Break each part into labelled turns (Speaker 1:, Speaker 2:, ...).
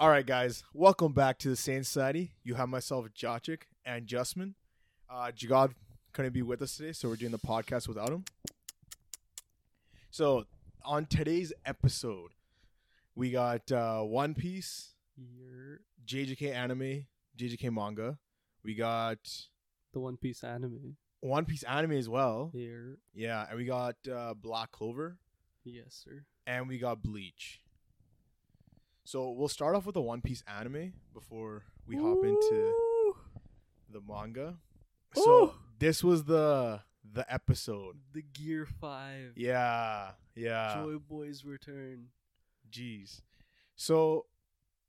Speaker 1: All right, guys, welcome back to the Saint Society. You have myself, Jachik, and Justman. Uh, Jagad couldn't be with us today, so we're doing the podcast without him. So, on today's episode, we got uh, One Piece, JJK anime, JJK manga. We got
Speaker 2: the One Piece anime.
Speaker 1: One Piece anime as well.
Speaker 2: Here,
Speaker 1: Yeah, and we got uh, Black Clover,
Speaker 2: yes, sir.
Speaker 1: and we got Bleach. So we'll start off with the One Piece anime before we hop into the manga. So
Speaker 2: Ooh.
Speaker 1: this was the the episode.
Speaker 2: the Gear Five.
Speaker 1: Yeah, yeah.
Speaker 2: Joy Boys return.
Speaker 1: Jeez. So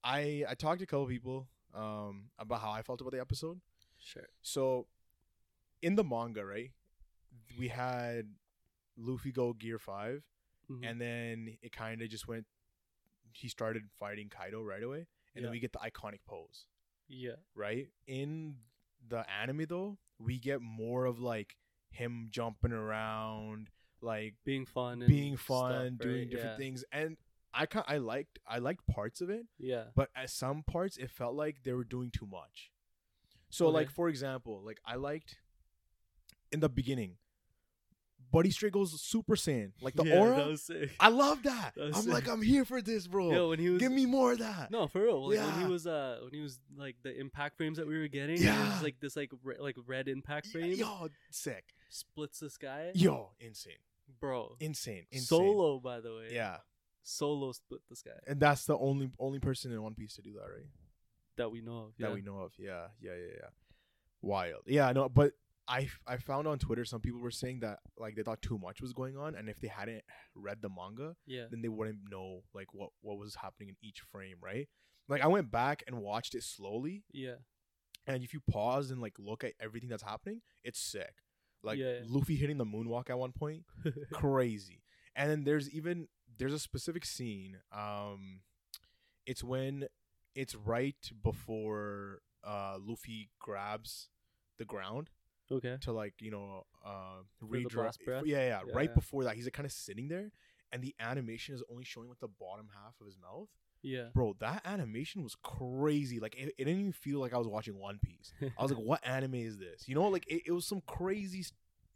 Speaker 1: I I talked to a couple people um about how I felt about the episode.
Speaker 2: Sure.
Speaker 1: So in the manga, right, we had Luffy go Gear 5
Speaker 2: Mhm.
Speaker 1: and then it kind of just went. He started fighting Kaido right away, and
Speaker 2: Yeah.
Speaker 1: then we get the iconic pose,
Speaker 2: yeah,
Speaker 1: right? In the anime, though, we get more of like him jumping around, like
Speaker 2: being fun. And
Speaker 1: being fun,
Speaker 2: stuff,
Speaker 1: doing
Speaker 2: right?
Speaker 1: different
Speaker 2: yeah.
Speaker 1: things, and I kind I liked I liked parts of it,
Speaker 2: Yeah.
Speaker 1: but at some parts it felt like they were doing too much. So, like
Speaker 2: Okay.
Speaker 1: for example, like I liked in the beginning, Buddy Stray goes Super Saiyan, like the
Speaker 2: Yeah,
Speaker 1: aura.
Speaker 2: That was sick.
Speaker 1: I love that.
Speaker 2: That was
Speaker 1: I'm
Speaker 2: sick.
Speaker 1: like, I'm here for this, bro.
Speaker 2: Yo, when he was
Speaker 1: Give me more of that.
Speaker 2: No, for real. Like, When
Speaker 1: Yeah.
Speaker 2: he was uh, when he was like the impact frames that we were getting. It
Speaker 1: Yeah.
Speaker 2: was, like this like re- like red impact
Speaker 1: Y-
Speaker 2: frame
Speaker 1: Yo, sick.
Speaker 2: splits the sky.
Speaker 1: Yo, insane.
Speaker 2: Bro.
Speaker 1: Insane. Insane.
Speaker 2: Solo, by the way.
Speaker 1: Yeah.
Speaker 2: Solo split the sky
Speaker 1: And that's the only only person in One Piece to do that, right?
Speaker 2: that we know of. Yeah.
Speaker 1: That we know of. Yeah. Yeah. Yeah. Yeah. Wild. Yeah, no, but I I found on Twitter some people were saying that like they thought too much was going on and if they hadn't read the manga,
Speaker 2: Yeah.
Speaker 1: then they wouldn't know like what what was happening in each frame, right? Like I went back and watched it slowly
Speaker 2: Yeah.
Speaker 1: and if you pause and like look at everything that's happening, it's sick. Like
Speaker 2: Yeah, yeah.
Speaker 1: Luffy hitting the moonwalk at one point, crazy. And then there's even there's a specific scene. Um, it's when it's right before uh Luffy grabs the ground
Speaker 2: okay.
Speaker 1: to like you know uh
Speaker 2: the
Speaker 1: redraw.
Speaker 2: boss breath?
Speaker 1: Yeah, yeah,
Speaker 2: Yeah,
Speaker 1: Right
Speaker 2: yeah.
Speaker 1: before that, he's like kind of sitting there, and the animation is only showing like the bottom half of his mouth.
Speaker 2: Yeah.
Speaker 1: Bro, that animation was crazy. Like it, it didn't even feel like I was watching One Piece. I was like, what anime is this? You know, like it, it was some crazy s-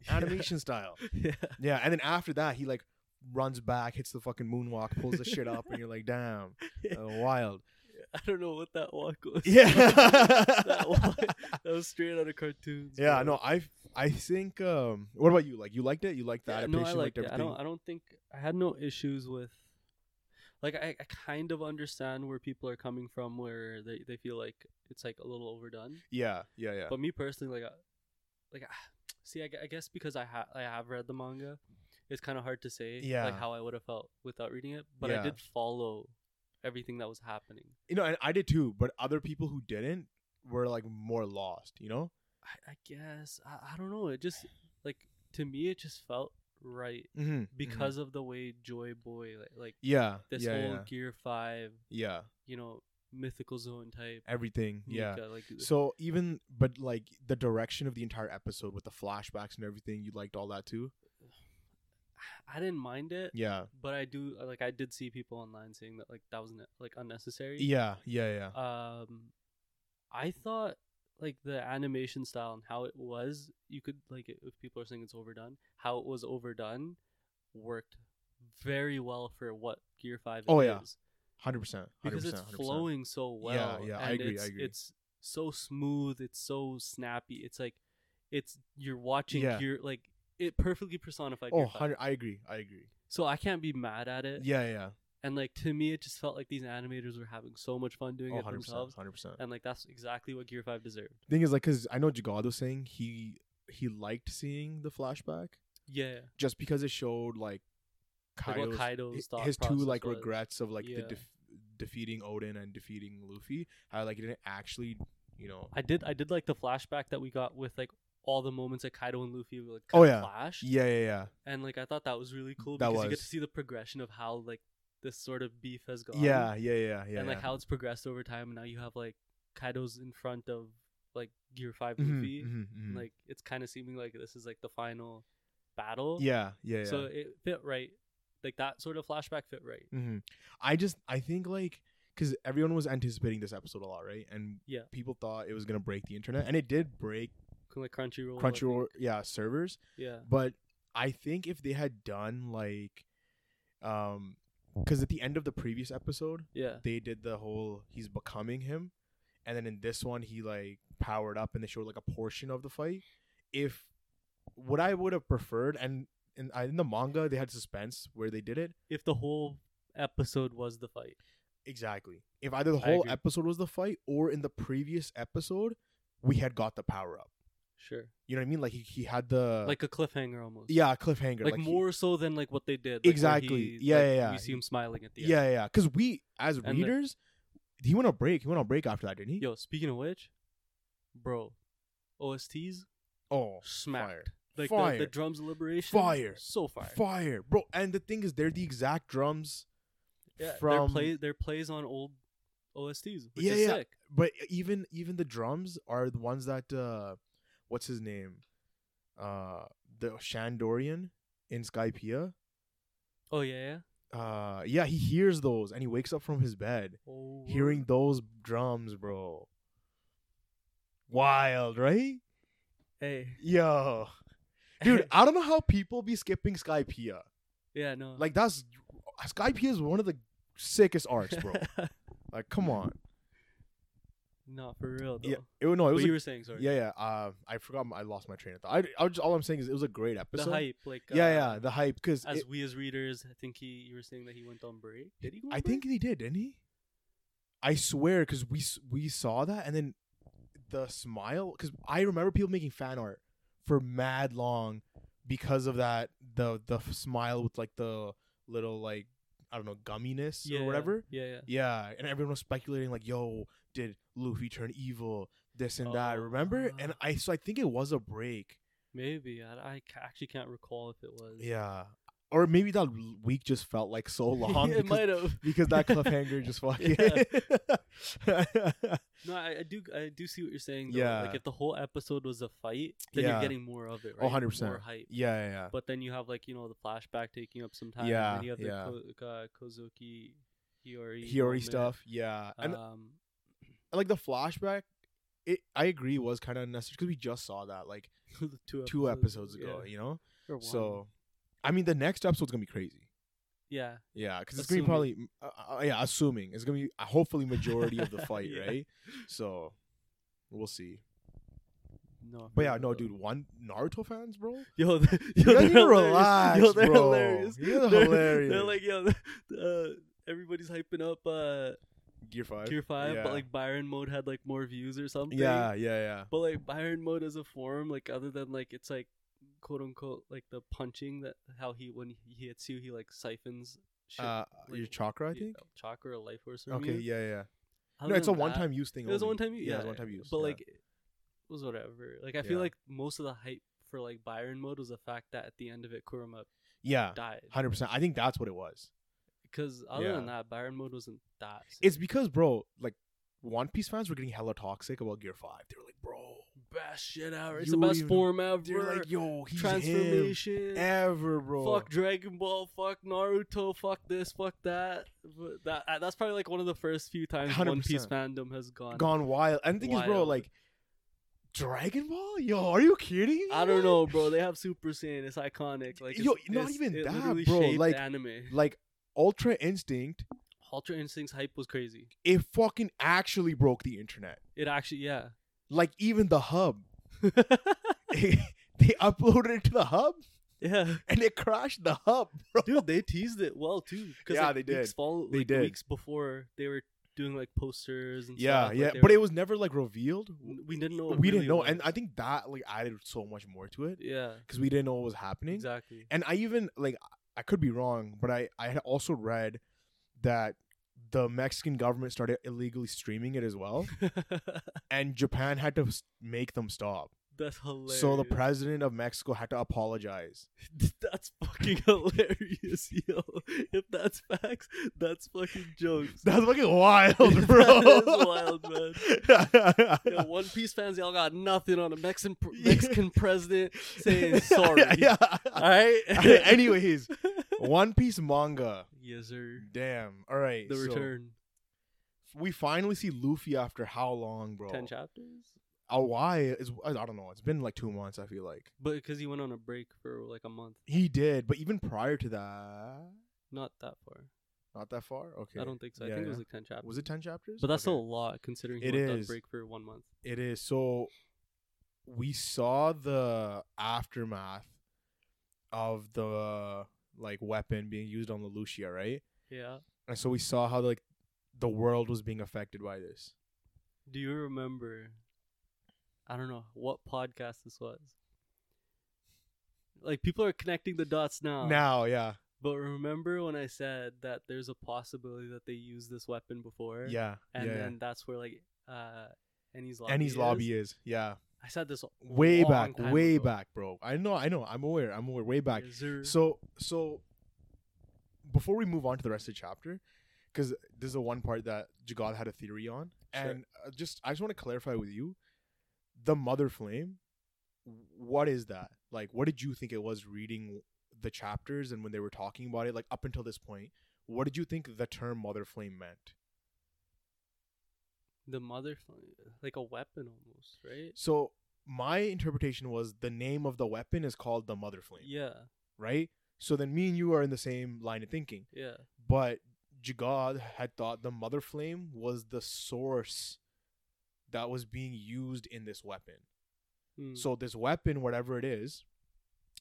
Speaker 1: animation style.
Speaker 2: yeah.
Speaker 1: Yeah, and then after that, he like runs back, hits the fucking moonwalk, pulls the shit up, and you're like, damn, uh, wild.
Speaker 2: I don't know what that walk was.
Speaker 1: Yeah,
Speaker 2: that, walk, that was straight out of cartoons.
Speaker 1: yeah.
Speaker 2: bro.
Speaker 1: No, I I think. Um, what about you? Like, you liked it? You liked the
Speaker 2: Yeah,
Speaker 1: adaptation?
Speaker 2: No, I
Speaker 1: liked
Speaker 2: liked it. I
Speaker 1: everything?
Speaker 2: don't. I don't think I had no issues with. Like I, I kind of understand where people are coming from, where they, they feel like it's like a little overdone.
Speaker 1: yeah, yeah, yeah.
Speaker 2: But me personally, like, I, like, I- see, I, gu- I guess because I ha- I have read the manga, it's kind of hard to say
Speaker 1: Yeah.
Speaker 2: like how I would have felt without reading it. But
Speaker 1: Yeah.
Speaker 2: I did follow everything that was happening.
Speaker 1: you know, and I did too. But other people who didn't were like more lost. You know?
Speaker 2: I, I guess I, I don't know. It just like to me, it just felt right
Speaker 1: Mm-hmm.
Speaker 2: because of the way Joy Boy like, like
Speaker 1: Yeah.
Speaker 2: this
Speaker 1: yeah,
Speaker 2: whole
Speaker 1: yeah.
Speaker 2: Gear Five,
Speaker 1: Yeah.
Speaker 2: you know, mythical zone type.
Speaker 1: Everything. Yeah.
Speaker 2: Nika, like
Speaker 1: So even but like the direction of the entire episode with the flashbacks and everything, you liked all that too.
Speaker 2: I didn't mind it,
Speaker 1: Yeah.
Speaker 2: but I do like I did see people online saying that like that was ne- like unnecessary.
Speaker 1: Yeah. Yeah. Yeah.
Speaker 2: Um, I thought like the animation style and how it was, you could like if people are saying it's overdone, how it was overdone worked very well for what Gear Five
Speaker 1: Oh,
Speaker 2: is.
Speaker 1: yeah. Hundred percent.
Speaker 2: because it's flowing so well.
Speaker 1: yeah,
Speaker 2: and
Speaker 1: I agree, I
Speaker 2: It's,
Speaker 1: agree.
Speaker 2: It's so smooth. It's so snappy. It's like, it's you're watching
Speaker 1: Yeah.
Speaker 2: Gear like it perfectly personified.
Speaker 1: Oh,
Speaker 2: Gear Five.
Speaker 1: 100 I agree. I agree.
Speaker 2: So I can't be mad at it.
Speaker 1: Yeah. Yeah.
Speaker 2: And like to me, it just felt like these animators were having so much fun doing
Speaker 1: Oh,
Speaker 2: it
Speaker 1: 100 percent.
Speaker 2: themselves,
Speaker 1: Hundred percent.
Speaker 2: and like that's exactly what Gear Five deserved.
Speaker 1: Thing is, like, cause I know Jagad was saying he he liked seeing the flashback
Speaker 2: Yeah.
Speaker 1: just because it showed like
Speaker 2: Like what
Speaker 1: Kaido's,
Speaker 2: Kaido's
Speaker 1: his,
Speaker 2: thought
Speaker 1: his two
Speaker 2: process
Speaker 1: like
Speaker 2: was.
Speaker 1: regrets of like the
Speaker 2: Yeah.
Speaker 1: def- defeating Odin and defeating Luffy. How like it didn't actually, you know.
Speaker 2: I did. I did like the flashback that we got with like all the moments that Kaido and Luffy were like
Speaker 1: Oh,
Speaker 2: kinda
Speaker 1: yeah.
Speaker 2: clashed.
Speaker 1: Yeah. Yeah. Yeah.
Speaker 2: and like I thought that was really cool
Speaker 1: That
Speaker 2: because you get to
Speaker 1: was.
Speaker 2: see the progression of how like this sort of beef has gone.
Speaker 1: Yeah. Yeah. Yeah. Yeah.
Speaker 2: and like
Speaker 1: yeah.
Speaker 2: how it's progressed over time. And now you have like Kaido's in front of like Gear 5
Speaker 1: Mhm,
Speaker 2: Luffy.
Speaker 1: mhm,
Speaker 2: and,
Speaker 1: mhm.
Speaker 2: Like it's kind of seeming like this is like the final battle.
Speaker 1: yeah, yeah, yeah.
Speaker 2: So it fit right. Like that sort of flashback fit right.
Speaker 1: Mhm. Mm-hmm. I just I think like because everyone was anticipating this episode a lot, right? And
Speaker 2: Yeah.
Speaker 1: people thought it was gonna break the internet, and it did break
Speaker 2: like Crunchyroll. I
Speaker 1: Crunchyroll,
Speaker 2: think.
Speaker 1: yeah, servers.
Speaker 2: Yeah.
Speaker 1: But I think if they had done like, um, because at the end of the previous episode,
Speaker 2: Yeah.
Speaker 1: they did the whole he's becoming him, and then in this one he like powered up and they showed like a portion of the fight. If what I would have preferred, and in, in the manga they had suspense where they did it
Speaker 2: If the whole episode was the fight.
Speaker 1: exactly. If either the
Speaker 2: I
Speaker 1: whole
Speaker 2: agree.
Speaker 1: episode was the fight or in the previous episode we had got the power up.
Speaker 2: Sure.
Speaker 1: You know what I mean? Like he, he had the
Speaker 2: like a cliffhanger almost.
Speaker 1: Uh, yeah cliffhanger
Speaker 2: Like,
Speaker 1: he-
Speaker 2: more so than like what they did. like, where
Speaker 1: Exactly.
Speaker 2: he-
Speaker 1: Yeah,
Speaker 2: like,
Speaker 1: yeah, yeah.
Speaker 2: We see him smiling at the end.
Speaker 1: Yeah, yeah, yeah. Because we, as
Speaker 2: the-
Speaker 1: readers, he went on break. He went on break after that, didn't he?
Speaker 2: Yo, speaking of which, bro, OSTs
Speaker 1: Oh,
Speaker 2: smacked. Like
Speaker 1: Fire.
Speaker 2: The, the drums of liberation.
Speaker 1: Fire.
Speaker 2: So fire.
Speaker 1: fire. bro! And the thing is, they're the exact drums
Speaker 2: Yeah, their
Speaker 1: from.
Speaker 2: play their plays on old OSTs, which
Speaker 1: Yeah,
Speaker 2: is
Speaker 1: yeah.
Speaker 2: sick.
Speaker 1: But even even the drums are the ones that, uh what's his name, uh, the Shandorian in Skypea.
Speaker 2: Oh yeah, yeah.
Speaker 1: Uh, yeah, he hears those and he wakes up from his bed
Speaker 2: Oh,
Speaker 1: hearing those drums, bro. Wild, right?
Speaker 2: Hey.
Speaker 1: Yo. Dude, I don't know how people be skipping Skypea.
Speaker 2: yeah, no.
Speaker 1: Like that's Skypea is one of the sickest arcs, bro. like, come on.
Speaker 2: Not for real though.
Speaker 1: Yeah, it was no, it
Speaker 2: But
Speaker 1: was.
Speaker 2: you
Speaker 1: a-
Speaker 2: were saying sorry.
Speaker 1: yeah, yeah. Uh, I forgot. my- I lost my train of thought. I, I was just, all I'm saying is it was a great
Speaker 2: the
Speaker 1: episode.
Speaker 2: hype, like
Speaker 1: yeah,
Speaker 2: uh,
Speaker 1: yeah, the hype. Because
Speaker 2: As we as readers, I think he you were saying that he went on break. Did he go? On
Speaker 1: I think he did, didn't he? I swear, because we s- we saw that, and then the smile. Because I remember people making fan art for mad long because of that. The the f- smile with like the little like I don't know gumminess
Speaker 2: break? yeah,
Speaker 1: or whatever.
Speaker 2: Yeah, yeah.
Speaker 1: Yeah, and everyone was speculating like, "Yo, did Luffy turn evil? This and that."
Speaker 2: Oh,
Speaker 1: Remember? And
Speaker 2: ah.
Speaker 1: I so I think it was a break.
Speaker 2: Maybe I, I ca- actually can't recall if it was.
Speaker 1: Yeah, or maybe that l- week just felt like so long.
Speaker 2: it
Speaker 1: because-
Speaker 2: might have.
Speaker 1: because that cliffhanger just fucking. Yeah.
Speaker 2: No, I, I do. I do see what you're saying. Though.
Speaker 1: Yeah.
Speaker 2: Like if the whole episode was a fight, then
Speaker 1: Yeah.
Speaker 2: you're getting more of it. Right?
Speaker 1: Oh, 100%.
Speaker 2: More hype.
Speaker 1: yeah, yeah,
Speaker 2: But then you have like you know the flashback taking up some time.
Speaker 1: Yeah,
Speaker 2: And you have the
Speaker 1: yeah.
Speaker 2: Ko- uh, Kozuki Hiyori.
Speaker 1: Hiyori
Speaker 2: moment.
Speaker 1: stuff. Yeah, and
Speaker 2: um,
Speaker 1: like the flashback, it I agree was kind of unnecessary because we just saw that like
Speaker 2: the two
Speaker 1: two episodes ago. You know,
Speaker 2: Yeah. Or one.
Speaker 1: so I mean the next episode's gonna be crazy.
Speaker 2: yeah,
Speaker 1: Yeah, because it's gonna be probably
Speaker 2: Assuming.
Speaker 1: uh, uh, yeah, assuming it's gonna be uh, hopefully majority of the fight,
Speaker 2: Yeah.
Speaker 1: right? So we'll see.
Speaker 2: no.
Speaker 1: But
Speaker 2: for
Speaker 1: yeah,
Speaker 2: real
Speaker 1: no,
Speaker 2: though.
Speaker 1: dude, one Naruto fans, bro.
Speaker 2: Yo, th- yo,
Speaker 1: You
Speaker 2: they're
Speaker 1: guys need to
Speaker 2: hilarious.
Speaker 1: relax,
Speaker 2: Yo, they're
Speaker 1: bro.
Speaker 2: hilarious.
Speaker 1: You guys are
Speaker 2: They're,
Speaker 1: hilarious.
Speaker 2: they're like, yo, uh, everybody's hyping up uh,
Speaker 1: Gear five,
Speaker 2: Gear Five,
Speaker 1: yeah.
Speaker 2: but like Byron Mode had like more views or something.
Speaker 1: yeah, yeah, yeah.
Speaker 2: But like Byron Mode as a form, like other than like it's like quote unquote like the punching that how he when he hits you he like siphons shit.
Speaker 1: Uh, your
Speaker 2: like,
Speaker 1: chakra, I
Speaker 2: you
Speaker 1: think.
Speaker 2: know, chakra or life force. From
Speaker 1: Okay,
Speaker 2: you.
Speaker 1: yeah, yeah.
Speaker 2: Other
Speaker 1: No, it's a
Speaker 2: than that-
Speaker 1: one time use thing.
Speaker 2: It was a
Speaker 1: only.
Speaker 2: one time use.
Speaker 1: Yeah, it's one time use.
Speaker 2: But
Speaker 1: yeah.
Speaker 2: like, it was whatever. Like I feel
Speaker 1: Yeah.
Speaker 2: like most of the hype for like Byron Mode was the fact that at the end of it Kurama
Speaker 1: yeah,
Speaker 2: died.
Speaker 1: hundred percent. I think that's what it was.
Speaker 2: Because other than
Speaker 1: Yeah.
Speaker 2: that, Byron Mode wasn't that. sick.
Speaker 1: It's because, bro, like One Piece fans were getting hella toxic about Gear Five. They were like, bro,
Speaker 2: best shit ever. It's
Speaker 1: You
Speaker 2: the best
Speaker 1: even-
Speaker 2: form ever.
Speaker 1: they were like, yo, he's him
Speaker 2: Transformation.
Speaker 1: ever, bro.
Speaker 2: Fuck Dragon Ball, fuck Naruto, fuck this, fuck that. But that uh, that's probably like one of the first few times One Piece
Speaker 1: 100%.
Speaker 2: fandom has gone.
Speaker 1: gone wild. And the thing is, bro,
Speaker 2: Wild.
Speaker 1: like Dragon Ball, yo, are you kidding? me,
Speaker 2: I don't
Speaker 1: bro?
Speaker 2: know, bro. They have Super Saiyan. It's iconic. Like, it's,
Speaker 1: Yo, not
Speaker 2: it's-
Speaker 1: even
Speaker 2: it
Speaker 1: that,
Speaker 2: literally
Speaker 1: bro,
Speaker 2: shaped
Speaker 1: like-
Speaker 2: anime.
Speaker 1: Like Ultra Instinct,
Speaker 2: Ultra Instinct's hype was crazy.
Speaker 1: it fucking actually broke the internet.
Speaker 2: It actually, yeah.
Speaker 1: Like even the hub, they uploaded it to the hub
Speaker 2: yeah,
Speaker 1: and it crashed the hub, bro.
Speaker 2: dude, they teased it well too. 'cause,
Speaker 1: Yeah,
Speaker 2: like,
Speaker 1: they did.
Speaker 2: Weeks follow,
Speaker 1: They
Speaker 2: like,
Speaker 1: did.
Speaker 2: Weeks before, they were doing like posters and
Speaker 1: Yeah,
Speaker 2: stuff.
Speaker 1: yeah,
Speaker 2: like, they
Speaker 1: but
Speaker 2: were-
Speaker 1: it was never like revealed.
Speaker 2: we didn't know.
Speaker 1: we
Speaker 2: It
Speaker 1: didn't
Speaker 2: really
Speaker 1: know,
Speaker 2: was.
Speaker 1: and I think that like added so much more to it
Speaker 2: yeah,
Speaker 1: because we didn't know what was happening.
Speaker 2: exactly.
Speaker 1: And I even like I could be wrong, but I I had also read that the Mexican government started illegally streaming it as well, and Japan had to s- make them stop.
Speaker 2: That's hilarious.
Speaker 1: So the president of Mexico had to apologize.
Speaker 2: that's fucking hilarious, yo. If that's facts, that's fucking jokes.
Speaker 1: That's fucking wild, bro.
Speaker 2: That is wild, man. Yo, One Piece fans, y'all got nothing on a Mexican pr-
Speaker 1: Yeah.
Speaker 2: Mexican president saying sorry.
Speaker 1: Yeah.
Speaker 2: All right.
Speaker 1: Anyways, One Piece manga.
Speaker 2: yes, sir.
Speaker 1: Damn. All right.
Speaker 2: The
Speaker 1: so-
Speaker 2: return.
Speaker 1: we finally see Luffy after how long, bro?
Speaker 2: Ten chapters,
Speaker 1: A why is I don't know. It's been like two months. I feel like
Speaker 2: but because he went on a break for like a month,
Speaker 1: he did, but even prior to that,
Speaker 2: not that far.
Speaker 1: not that far. Okay,
Speaker 2: I don't think so. I
Speaker 1: Yeah,
Speaker 2: think it was
Speaker 1: yeah.
Speaker 2: like ten chapters.
Speaker 1: was it ten chapters?
Speaker 2: But that's
Speaker 1: Okay.
Speaker 2: still a lot considering he
Speaker 1: It
Speaker 2: went on
Speaker 1: is.
Speaker 2: break for one month.
Speaker 1: It is. So we saw the aftermath of the like weapon being used on the Lucia, right?
Speaker 2: Yeah.
Speaker 1: And so we saw how like the world was being affected by this.
Speaker 2: Do you remember? I don't know what podcast this was. Like people are connecting the dots now.
Speaker 1: Now, yeah.
Speaker 2: But remember when I said that there's a possibility that they used this weapon before?
Speaker 1: Yeah.
Speaker 2: And
Speaker 1: yeah.
Speaker 2: then that's where like uh Annie's lobby.
Speaker 1: Annie's
Speaker 2: is?
Speaker 1: lobby is. Yeah.
Speaker 2: I said this a
Speaker 1: Way
Speaker 2: long
Speaker 1: back,
Speaker 2: time
Speaker 1: way
Speaker 2: ago.
Speaker 1: back, bro. I know, I know. I'm aware. I'm aware. Way back.
Speaker 2: Is there-
Speaker 1: So so before we move on to the rest of the chapter, because this is the one part that Jagad had a theory on,
Speaker 2: Sure.
Speaker 1: and uh, just I just want to clarify with you, the mother flame, what is that? Like, what did you think it was reading the chapters and when they were talking about it, like up until this point, what did you think the term mother flame meant?
Speaker 2: the mother fl- like a weapon almost, right?
Speaker 1: So my interpretation was the name of the weapon is called the mother flame,
Speaker 2: Yeah.
Speaker 1: right? So then me and you are in the same line of thinking.
Speaker 2: Yeah.
Speaker 1: but Jagad had thought the mother flame was the source that was being used in this weapon.
Speaker 2: Mm,
Speaker 1: So this weapon, whatever it is,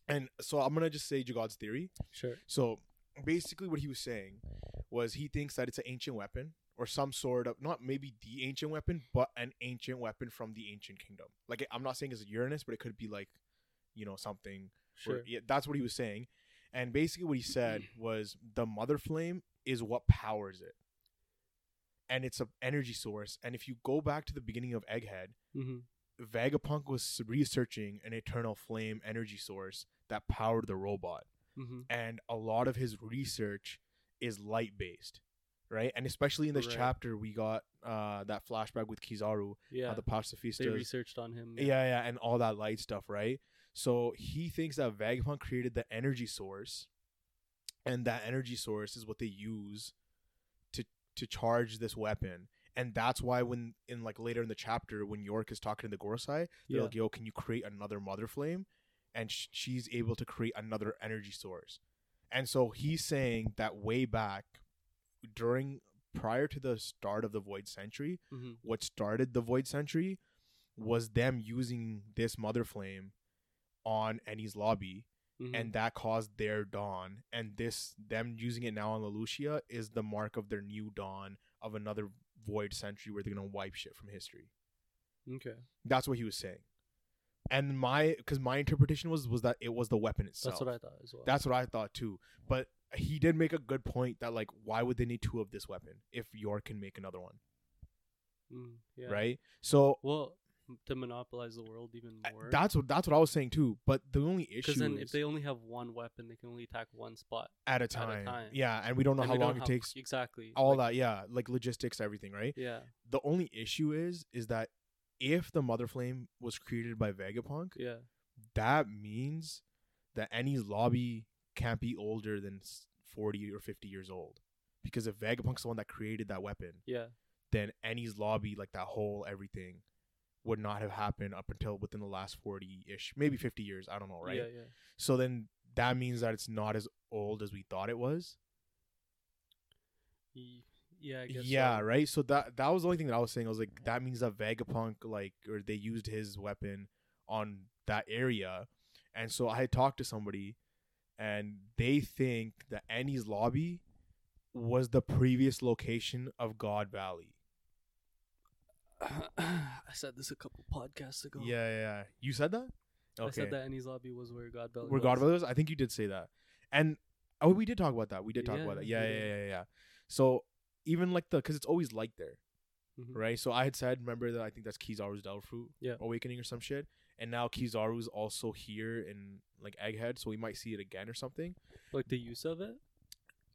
Speaker 1: and so I'm gonna just say Jagad's theory.
Speaker 2: sure.
Speaker 1: So basically, what he was saying was he thinks that it's an ancient weapon or some sort of not maybe the ancient weapon, but an ancient weapon from the ancient kingdom. Like I'm not saying it's Uranus, but it could be like you know something
Speaker 2: Sure.
Speaker 1: where- yeah, that's what he was saying. And basically, what he said was the mother flame is what powers it, and it's an energy source. And if you go back to the beginning of Egghead,
Speaker 2: hmm
Speaker 1: Vagapunk was researching an eternal flame energy source that powered the robot,
Speaker 2: hmm
Speaker 1: and a lot of his research is light based, right? And especially in this
Speaker 2: Right.
Speaker 1: chapter, we got uh, that flashback with Kizaru,
Speaker 2: Yeah.
Speaker 1: how the pacifistas
Speaker 2: they researched on him.
Speaker 1: yeah, yeah, and all that light stuff, right? So he thinks that Vagabond created the energy source, and that energy source is what they use to to charge this weapon. And that's why when in like later in the chapter when York is talking to the Gorosei, they're
Speaker 2: Yeah.
Speaker 1: like, "Yo, can you create another Mother Flame?" And sh- she's able to create another energy source. And so he's saying that way back during prior to the start of the Void Century,
Speaker 2: hmm
Speaker 1: what started the void century was them using this mother flame on Annie's lobby
Speaker 2: hmm
Speaker 1: and that caused their dawn and this them using it now on Lelucia is the mark of their new dawn of another void century where they're going to wipe shit from history
Speaker 2: okay.
Speaker 1: that's what he was saying and my cuz my interpretation was was that it was the weapon itself
Speaker 2: That's what I thought as well.
Speaker 1: that's what I thought too but he did make a good point that like why would they need two of this weapon if York can make another one
Speaker 2: mm, yeah.
Speaker 1: right so
Speaker 2: Well, m- to monopolize the world even
Speaker 1: I-
Speaker 2: more.
Speaker 1: That's what that's what I was saying too. But the only issue
Speaker 2: because then
Speaker 1: is
Speaker 2: if they only have one weapon, they can only attack one spot.
Speaker 1: at a time,
Speaker 2: time.
Speaker 1: yeah, and we don't know
Speaker 2: And
Speaker 1: how
Speaker 2: we don't
Speaker 1: long it
Speaker 2: have-
Speaker 1: takes.
Speaker 2: Exactly.
Speaker 1: All
Speaker 2: like,
Speaker 1: that, yeah, like logistics, everything, right?
Speaker 2: Yeah.
Speaker 1: The only issue is, is that if the Mother Flame was created by Vegapunk,
Speaker 2: Yeah.
Speaker 1: that means that Annie's lobby can't be older than s- forty or fifty years old, because if Vegapunk's the one that created that weapon,
Speaker 2: Yeah.
Speaker 1: then Annie's lobby, like that whole everything, would not have happened up until within the last forty-ish, maybe fifty years. I don't know, right?
Speaker 2: Yeah. Yeah.
Speaker 1: So then that means that it's not as old as we thought it was.
Speaker 2: Ye- Yeah. I guess
Speaker 1: Yeah,
Speaker 2: so.
Speaker 1: right. So that that was the only thing that I was saying. I was like, that means that Vegapunk like or they used his weapon on that area. And so I had talked to somebody and they think that Annie's lobby was the previous location of God Valley.
Speaker 2: I said this a couple podcasts ago.
Speaker 1: Yeah, yeah, yeah. You said that?
Speaker 2: I said that Annie's lobby was where God Valley.
Speaker 1: We're
Speaker 2: was.
Speaker 1: God Brothers. I think you did say that, and oh, we did talk about that. We did talk
Speaker 2: Yeah,
Speaker 1: about that. Yeah,
Speaker 2: we
Speaker 1: yeah,
Speaker 2: did.
Speaker 1: yeah, yeah, yeah. So even like the because it's always light there,
Speaker 2: Mhm.
Speaker 1: right? So I had said, remember that I think that's Kizaru's Devil Fruit
Speaker 2: Yeah.
Speaker 1: Awakening or some shit, and now Kizaru's also here in like Egghead, so we might see it again or something.
Speaker 2: Like the use of it.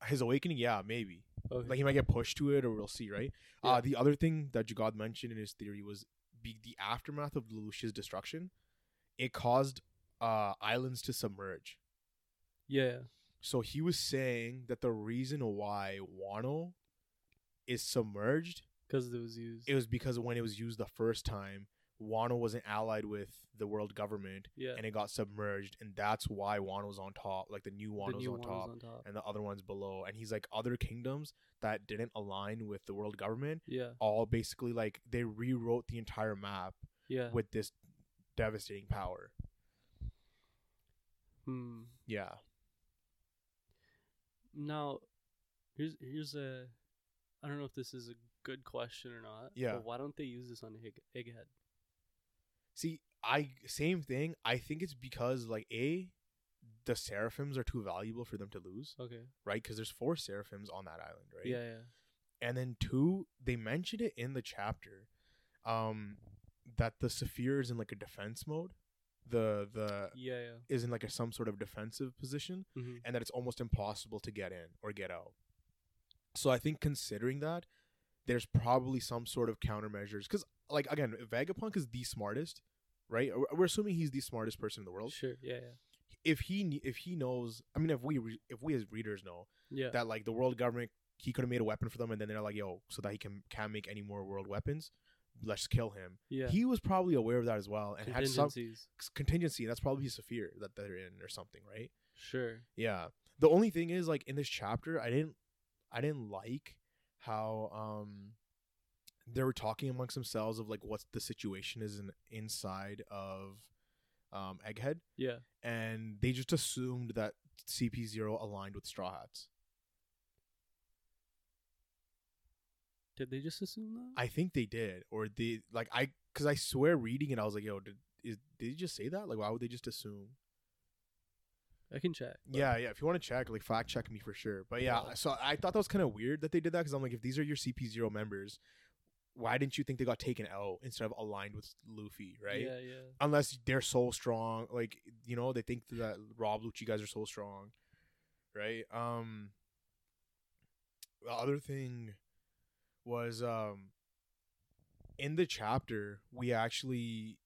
Speaker 2: Oh,
Speaker 1: His awakening, yeah, maybe
Speaker 2: Okay.
Speaker 1: like he might get pushed to it, or we'll see, right? Uh
Speaker 2: Yeah.
Speaker 1: the other thing that Jagad mentioned in his theory was be- the aftermath of Lelouch's destruction. It caused uh islands to submerge.
Speaker 2: yeah.
Speaker 1: So he was saying that the reason why Wano is submerged
Speaker 2: because it was used.
Speaker 1: It was because when it was used the first time, Wano wasn't allied with the world government,
Speaker 2: yeah,
Speaker 1: and it got submerged, and that's why Wano's on top, like the new Wano's
Speaker 2: the new
Speaker 1: on
Speaker 2: one
Speaker 1: top,
Speaker 2: was on top.
Speaker 1: and the other one's below. And he's like other kingdoms that didn't align with the world government,
Speaker 2: Yeah,
Speaker 1: all basically like they rewrote the entire map
Speaker 2: yeah.
Speaker 1: with this devastating power.
Speaker 2: Hmm.
Speaker 1: Yeah.
Speaker 2: Now, here's here's a. I don't know if this is a good question or not.
Speaker 1: Yeah.
Speaker 2: But why don't they use this on Egg, Egghead?
Speaker 1: See, I same thing. I think it's because like a the seraphims are too valuable for them to lose,
Speaker 2: Okay.
Speaker 1: right? Because there's four seraphims on that island, right?
Speaker 2: Yeah, yeah.
Speaker 1: And then two, they mentioned it in the chapter, um, that the Saphir is in like a defense mode. The the
Speaker 2: Yeah, yeah.
Speaker 1: is in like a some sort of defensive position,
Speaker 2: hmm
Speaker 1: and that it's almost impossible to get in or get out. So I think considering that, there's probably some sort of countermeasures. Because like again, Vegapunk is the smartest, right? We're- We're assuming he's the smartest person in the world.
Speaker 2: Sure. Yeah, yeah.
Speaker 1: If he kn- if he knows, I mean, if we re- if we as readers know
Speaker 2: Yeah.
Speaker 1: that like the world government, he could have made a weapon for them, and then they're like, yo, so that he can can make any more world weapons. Let's kill him.
Speaker 2: yeah.
Speaker 1: He was probably aware of that as well, and had some
Speaker 2: Contingencies.
Speaker 1: contingency. That's probably his fear that they're in or something, right?
Speaker 2: Sure.
Speaker 1: Yeah. The only thing is like in this chapter I didn't I didn't like how um they were talking amongst themselves of like what the situation is in, inside of um Egghead
Speaker 2: Yeah.
Speaker 1: and they just assumed that CP0 aligned with Straw Hats.
Speaker 2: Did they just assume that?
Speaker 1: I think they did or they like I cuz I swear reading it I was like yo did is, did he just say that? Like why would they just assume?
Speaker 2: I, can check. but-
Speaker 1: Yeah, yeah. If you want to check, like fact check me for sure. But yeah,
Speaker 2: Yeah.
Speaker 1: so I thought that was kind of weird that they did that because I'm like, if these are your CP zero members, why didn't you think they got taken out instead of aligned with Luffy, right?
Speaker 2: Yeah, yeah.
Speaker 1: Unless they're so strong, like you know, they think that Rob Lucci guys are so strong, right? Um, the other thing was um in the chapter we actually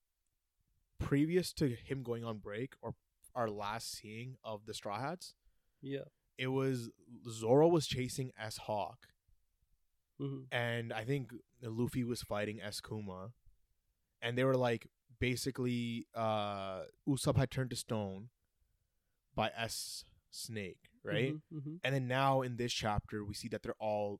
Speaker 1: previous to him going on break or our last seeing of the Straw Hats
Speaker 2: Yeah.
Speaker 1: it was Zoro was chasing S Hawk,
Speaker 2: hmm
Speaker 1: and I think Luffy was fighting S Kuma, and they were like basically uh Usopp had turned to stone by S Snake, right?
Speaker 2: hmm
Speaker 1: And then now in this chapter, we see that they're all,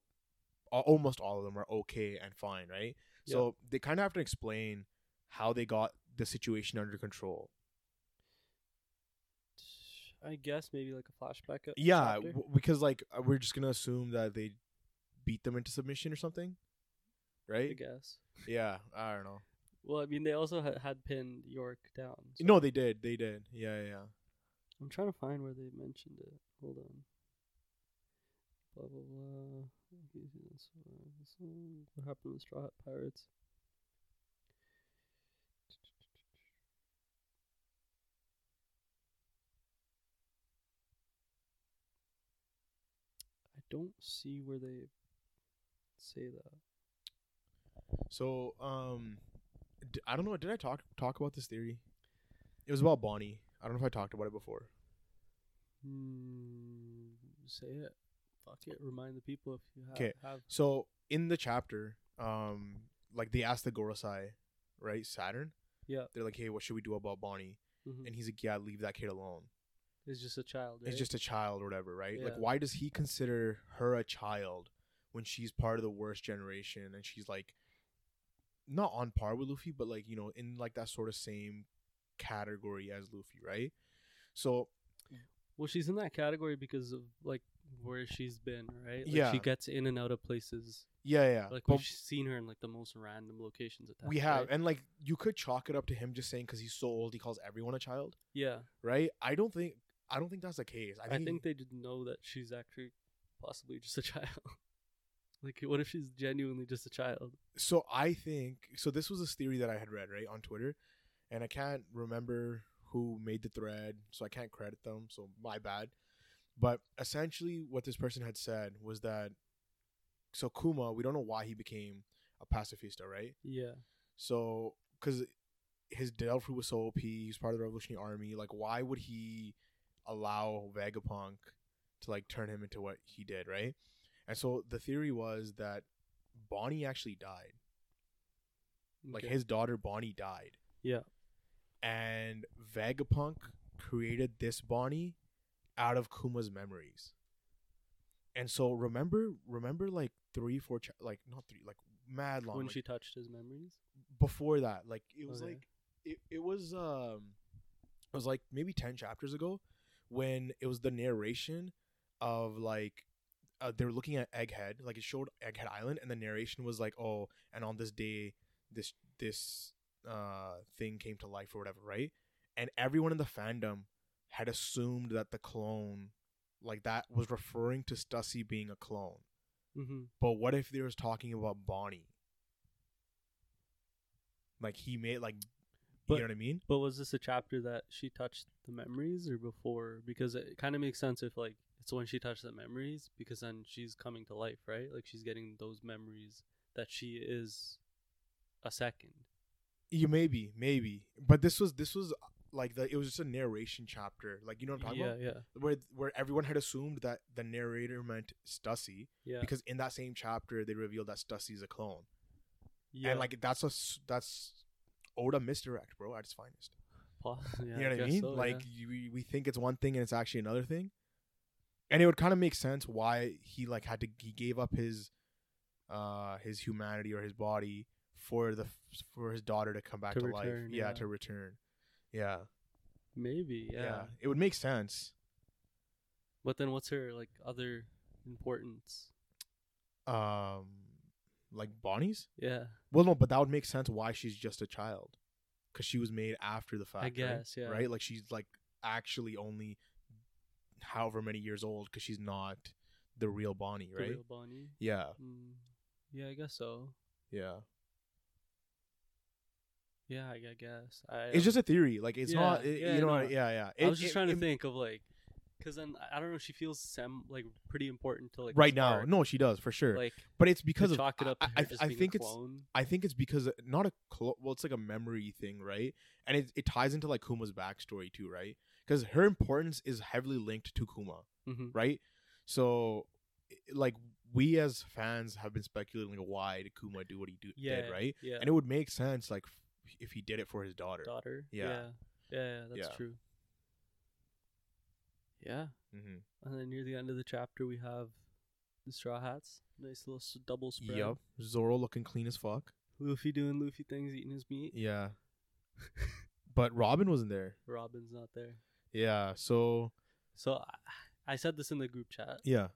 Speaker 1: al- almost all of them are okay and fine, right? So they kind of have to explain how they got the situation under control.
Speaker 2: I guess maybe like a flashback. at-
Speaker 1: Yeah,
Speaker 2: chapter?
Speaker 1: w- because like uh, we're just gonna assume that they beat them into submission or something,
Speaker 2: I
Speaker 1: right?
Speaker 2: guess.
Speaker 1: Yeah, I don't know.
Speaker 2: Well, I mean, they also ha- had pinned York down. so-
Speaker 1: No, they did. They did. Yeah, yeah, yeah.
Speaker 2: I'm trying to find where they mentioned it. Hold on. Blah blah blah. Okay, so that's why- that's why- What happened with Straw Hat Pirates? I don't see where they say that.
Speaker 1: So, um, d- I don't know. Did I talk talk about this theory? It was about Bonnie. I don't know if I talked about it before.
Speaker 2: Mm, say it. Fuck it. Remind the people if you ha-
Speaker 1: 'Kay.
Speaker 2: have.
Speaker 1: So in the chapter, um, like they asked the Gorosei, right, Saturn.
Speaker 2: Yeah.
Speaker 1: They're like, hey, what should we do about Bonnie?
Speaker 2: mhm.
Speaker 1: And he's like, yeah, leave that kid alone.
Speaker 2: It's just a child. Right?
Speaker 1: It's just a child or whatever, right? Like,
Speaker 2: Yeah.
Speaker 1: why does he consider her a child when she's part of the worst generation and she's like not on par with Luffy, but like, you know, in like that sort of same category as Luffy, right? So,
Speaker 2: Well, she's in that category because of like where she's been, right? Like,
Speaker 1: Yeah.
Speaker 2: she gets in and out of places.
Speaker 1: yeah, yeah.
Speaker 2: Like
Speaker 1: But
Speaker 2: we've seen her in like the most random locations. At times,
Speaker 1: we have,
Speaker 2: right?
Speaker 1: and like, you could chalk it up to him just saying because he's so old, he calls everyone a child,
Speaker 2: yeah.
Speaker 1: right? I don't think. I don't think that's the case.
Speaker 2: I
Speaker 1: I
Speaker 2: think,
Speaker 1: think,
Speaker 2: they didn't know that she's actually possibly just a child. like, what if she's genuinely just a child?
Speaker 1: so I think so this was this theory that I had read, right, on Twitter. And I can't remember who made the thread, so I can't credit them, so my bad. But essentially what this person had said was that so Kuma, we don't know why he became a pacifista, right?
Speaker 2: Yeah.
Speaker 1: So cuz his Delphi was so OP, he was part of the Revolutionary Army, like why would he allow Vagapunk to like turn him into what he did, right? And so the theory was that Bonnie actually died. Like
Speaker 2: Okay.
Speaker 1: his daughter Bonnie died.
Speaker 2: Yeah.
Speaker 1: And Vegapunk created this Bonnie out of Kuma's memories. And so remember remember like 3 4 cha- like not 3 like mad long
Speaker 2: when
Speaker 1: like,
Speaker 2: she touched his memories.
Speaker 1: before that like it was
Speaker 2: Okay.
Speaker 1: like it, it was um it was like maybe 10 chapters ago when it was the narration of like uh, they were looking at egghead like it showed egghead island and the narration was like oh and on this day this this uh thing came to life or whatever right and everyone in the fandom had assumed that the clone like that was referring to stussy being a clone
Speaker 2: Mm-hmm.
Speaker 1: but what if they was talking about Bonnie? Like he made like
Speaker 2: But-
Speaker 1: you know what I mean?
Speaker 2: But was this a chapter that she touched the memories or before? Because it kind of makes sense if like it's when she touched the memories, because then she's coming to life, right? Like she's getting those memories that she is a second.
Speaker 1: You maybe, maybe. But this was this was uh, like the it was just a narration chapter. Like you know what I'm talking
Speaker 2: Yeah,
Speaker 1: about?
Speaker 2: yeah,
Speaker 1: Where where everyone had assumed that the narrator meant Stussy
Speaker 2: yeah,
Speaker 1: because in that same chapter they revealed that Stussy's a clone.
Speaker 2: yeah.
Speaker 1: And like that's a s- that's Oda misdirect, bro, at its finest.
Speaker 2: Po- yeah,
Speaker 1: you know what I
Speaker 2: guess
Speaker 1: mean?
Speaker 2: so,
Speaker 1: like
Speaker 2: yeah.
Speaker 1: you- we, we think it's one thing and it's actually another thing, and it would kind of make sense why he like had to he gave up his, uh, his humanity or his body for the f- for his daughter to come back
Speaker 2: To
Speaker 1: to, life.
Speaker 2: return,
Speaker 1: Yeah,
Speaker 2: yeah.
Speaker 1: to return. Yeah,
Speaker 2: maybe,
Speaker 1: yeah,
Speaker 2: yeah.
Speaker 1: It would make sense.
Speaker 2: But then what's her like other importance?
Speaker 1: Um, like Bonnie's.
Speaker 2: Yeah,
Speaker 1: Well, no, but that would make sense why she's just a child, because she was made after the fact.
Speaker 2: I
Speaker 1: right?
Speaker 2: guess, yeah.
Speaker 1: Right? Like she's like actually only however many years old because she's not the real Bonnie,
Speaker 2: the
Speaker 1: right?
Speaker 2: real Bonnie.
Speaker 1: Yeah,
Speaker 2: Mm, yeah, I guess so.
Speaker 1: yeah.
Speaker 2: Yeah, I, I guess. I,
Speaker 1: It's just a theory. Like it's
Speaker 2: Yeah,
Speaker 1: not. It,
Speaker 2: yeah,
Speaker 1: you know.
Speaker 2: no.
Speaker 1: what- Yeah, yeah.
Speaker 2: I
Speaker 1: It-
Speaker 2: was just
Speaker 1: it-
Speaker 2: trying to
Speaker 1: it-
Speaker 2: think of like, because then I- I don't know. She feels sem like pretty important to like
Speaker 1: right
Speaker 2: this
Speaker 1: now,
Speaker 2: arc.
Speaker 1: no, she does for sure.
Speaker 2: Like
Speaker 1: but it's because
Speaker 2: because
Speaker 1: of
Speaker 2: chalk it up.
Speaker 1: I,
Speaker 2: to
Speaker 1: I,
Speaker 2: her just
Speaker 1: I
Speaker 2: being
Speaker 1: think
Speaker 2: a
Speaker 1: it's
Speaker 2: clone.
Speaker 1: I think it's because uh, not a clo- well, it's like a memory thing, right? And it, it ties into like Kuma's backstory too, right? Because her importance is heavily linked to Kuma,
Speaker 2: Mhm.
Speaker 1: right? So, i- like we as fans have been speculating like, why did Kuma do what he do-
Speaker 2: Yeah,
Speaker 1: did, right?
Speaker 2: Yeah,
Speaker 1: And it would make sense like f- if he did it for his daughter.
Speaker 2: daughter. Yeah, yeah,
Speaker 1: Yeah.
Speaker 2: yeah, that's
Speaker 1: Yeah.
Speaker 2: true. Yeah,
Speaker 1: Mhm.
Speaker 2: and then near the end of the chapter, we have the Straw Hats. Nice little s- double spread.
Speaker 1: Yup. Zoro looking clean as fuck.
Speaker 2: Luffy doing Luffy things, eating his meat.
Speaker 1: Yeah. but Robin wasn't there.
Speaker 2: Robin's not there.
Speaker 1: Yeah. So
Speaker 2: So I, I said this in the group chat.
Speaker 1: yeah,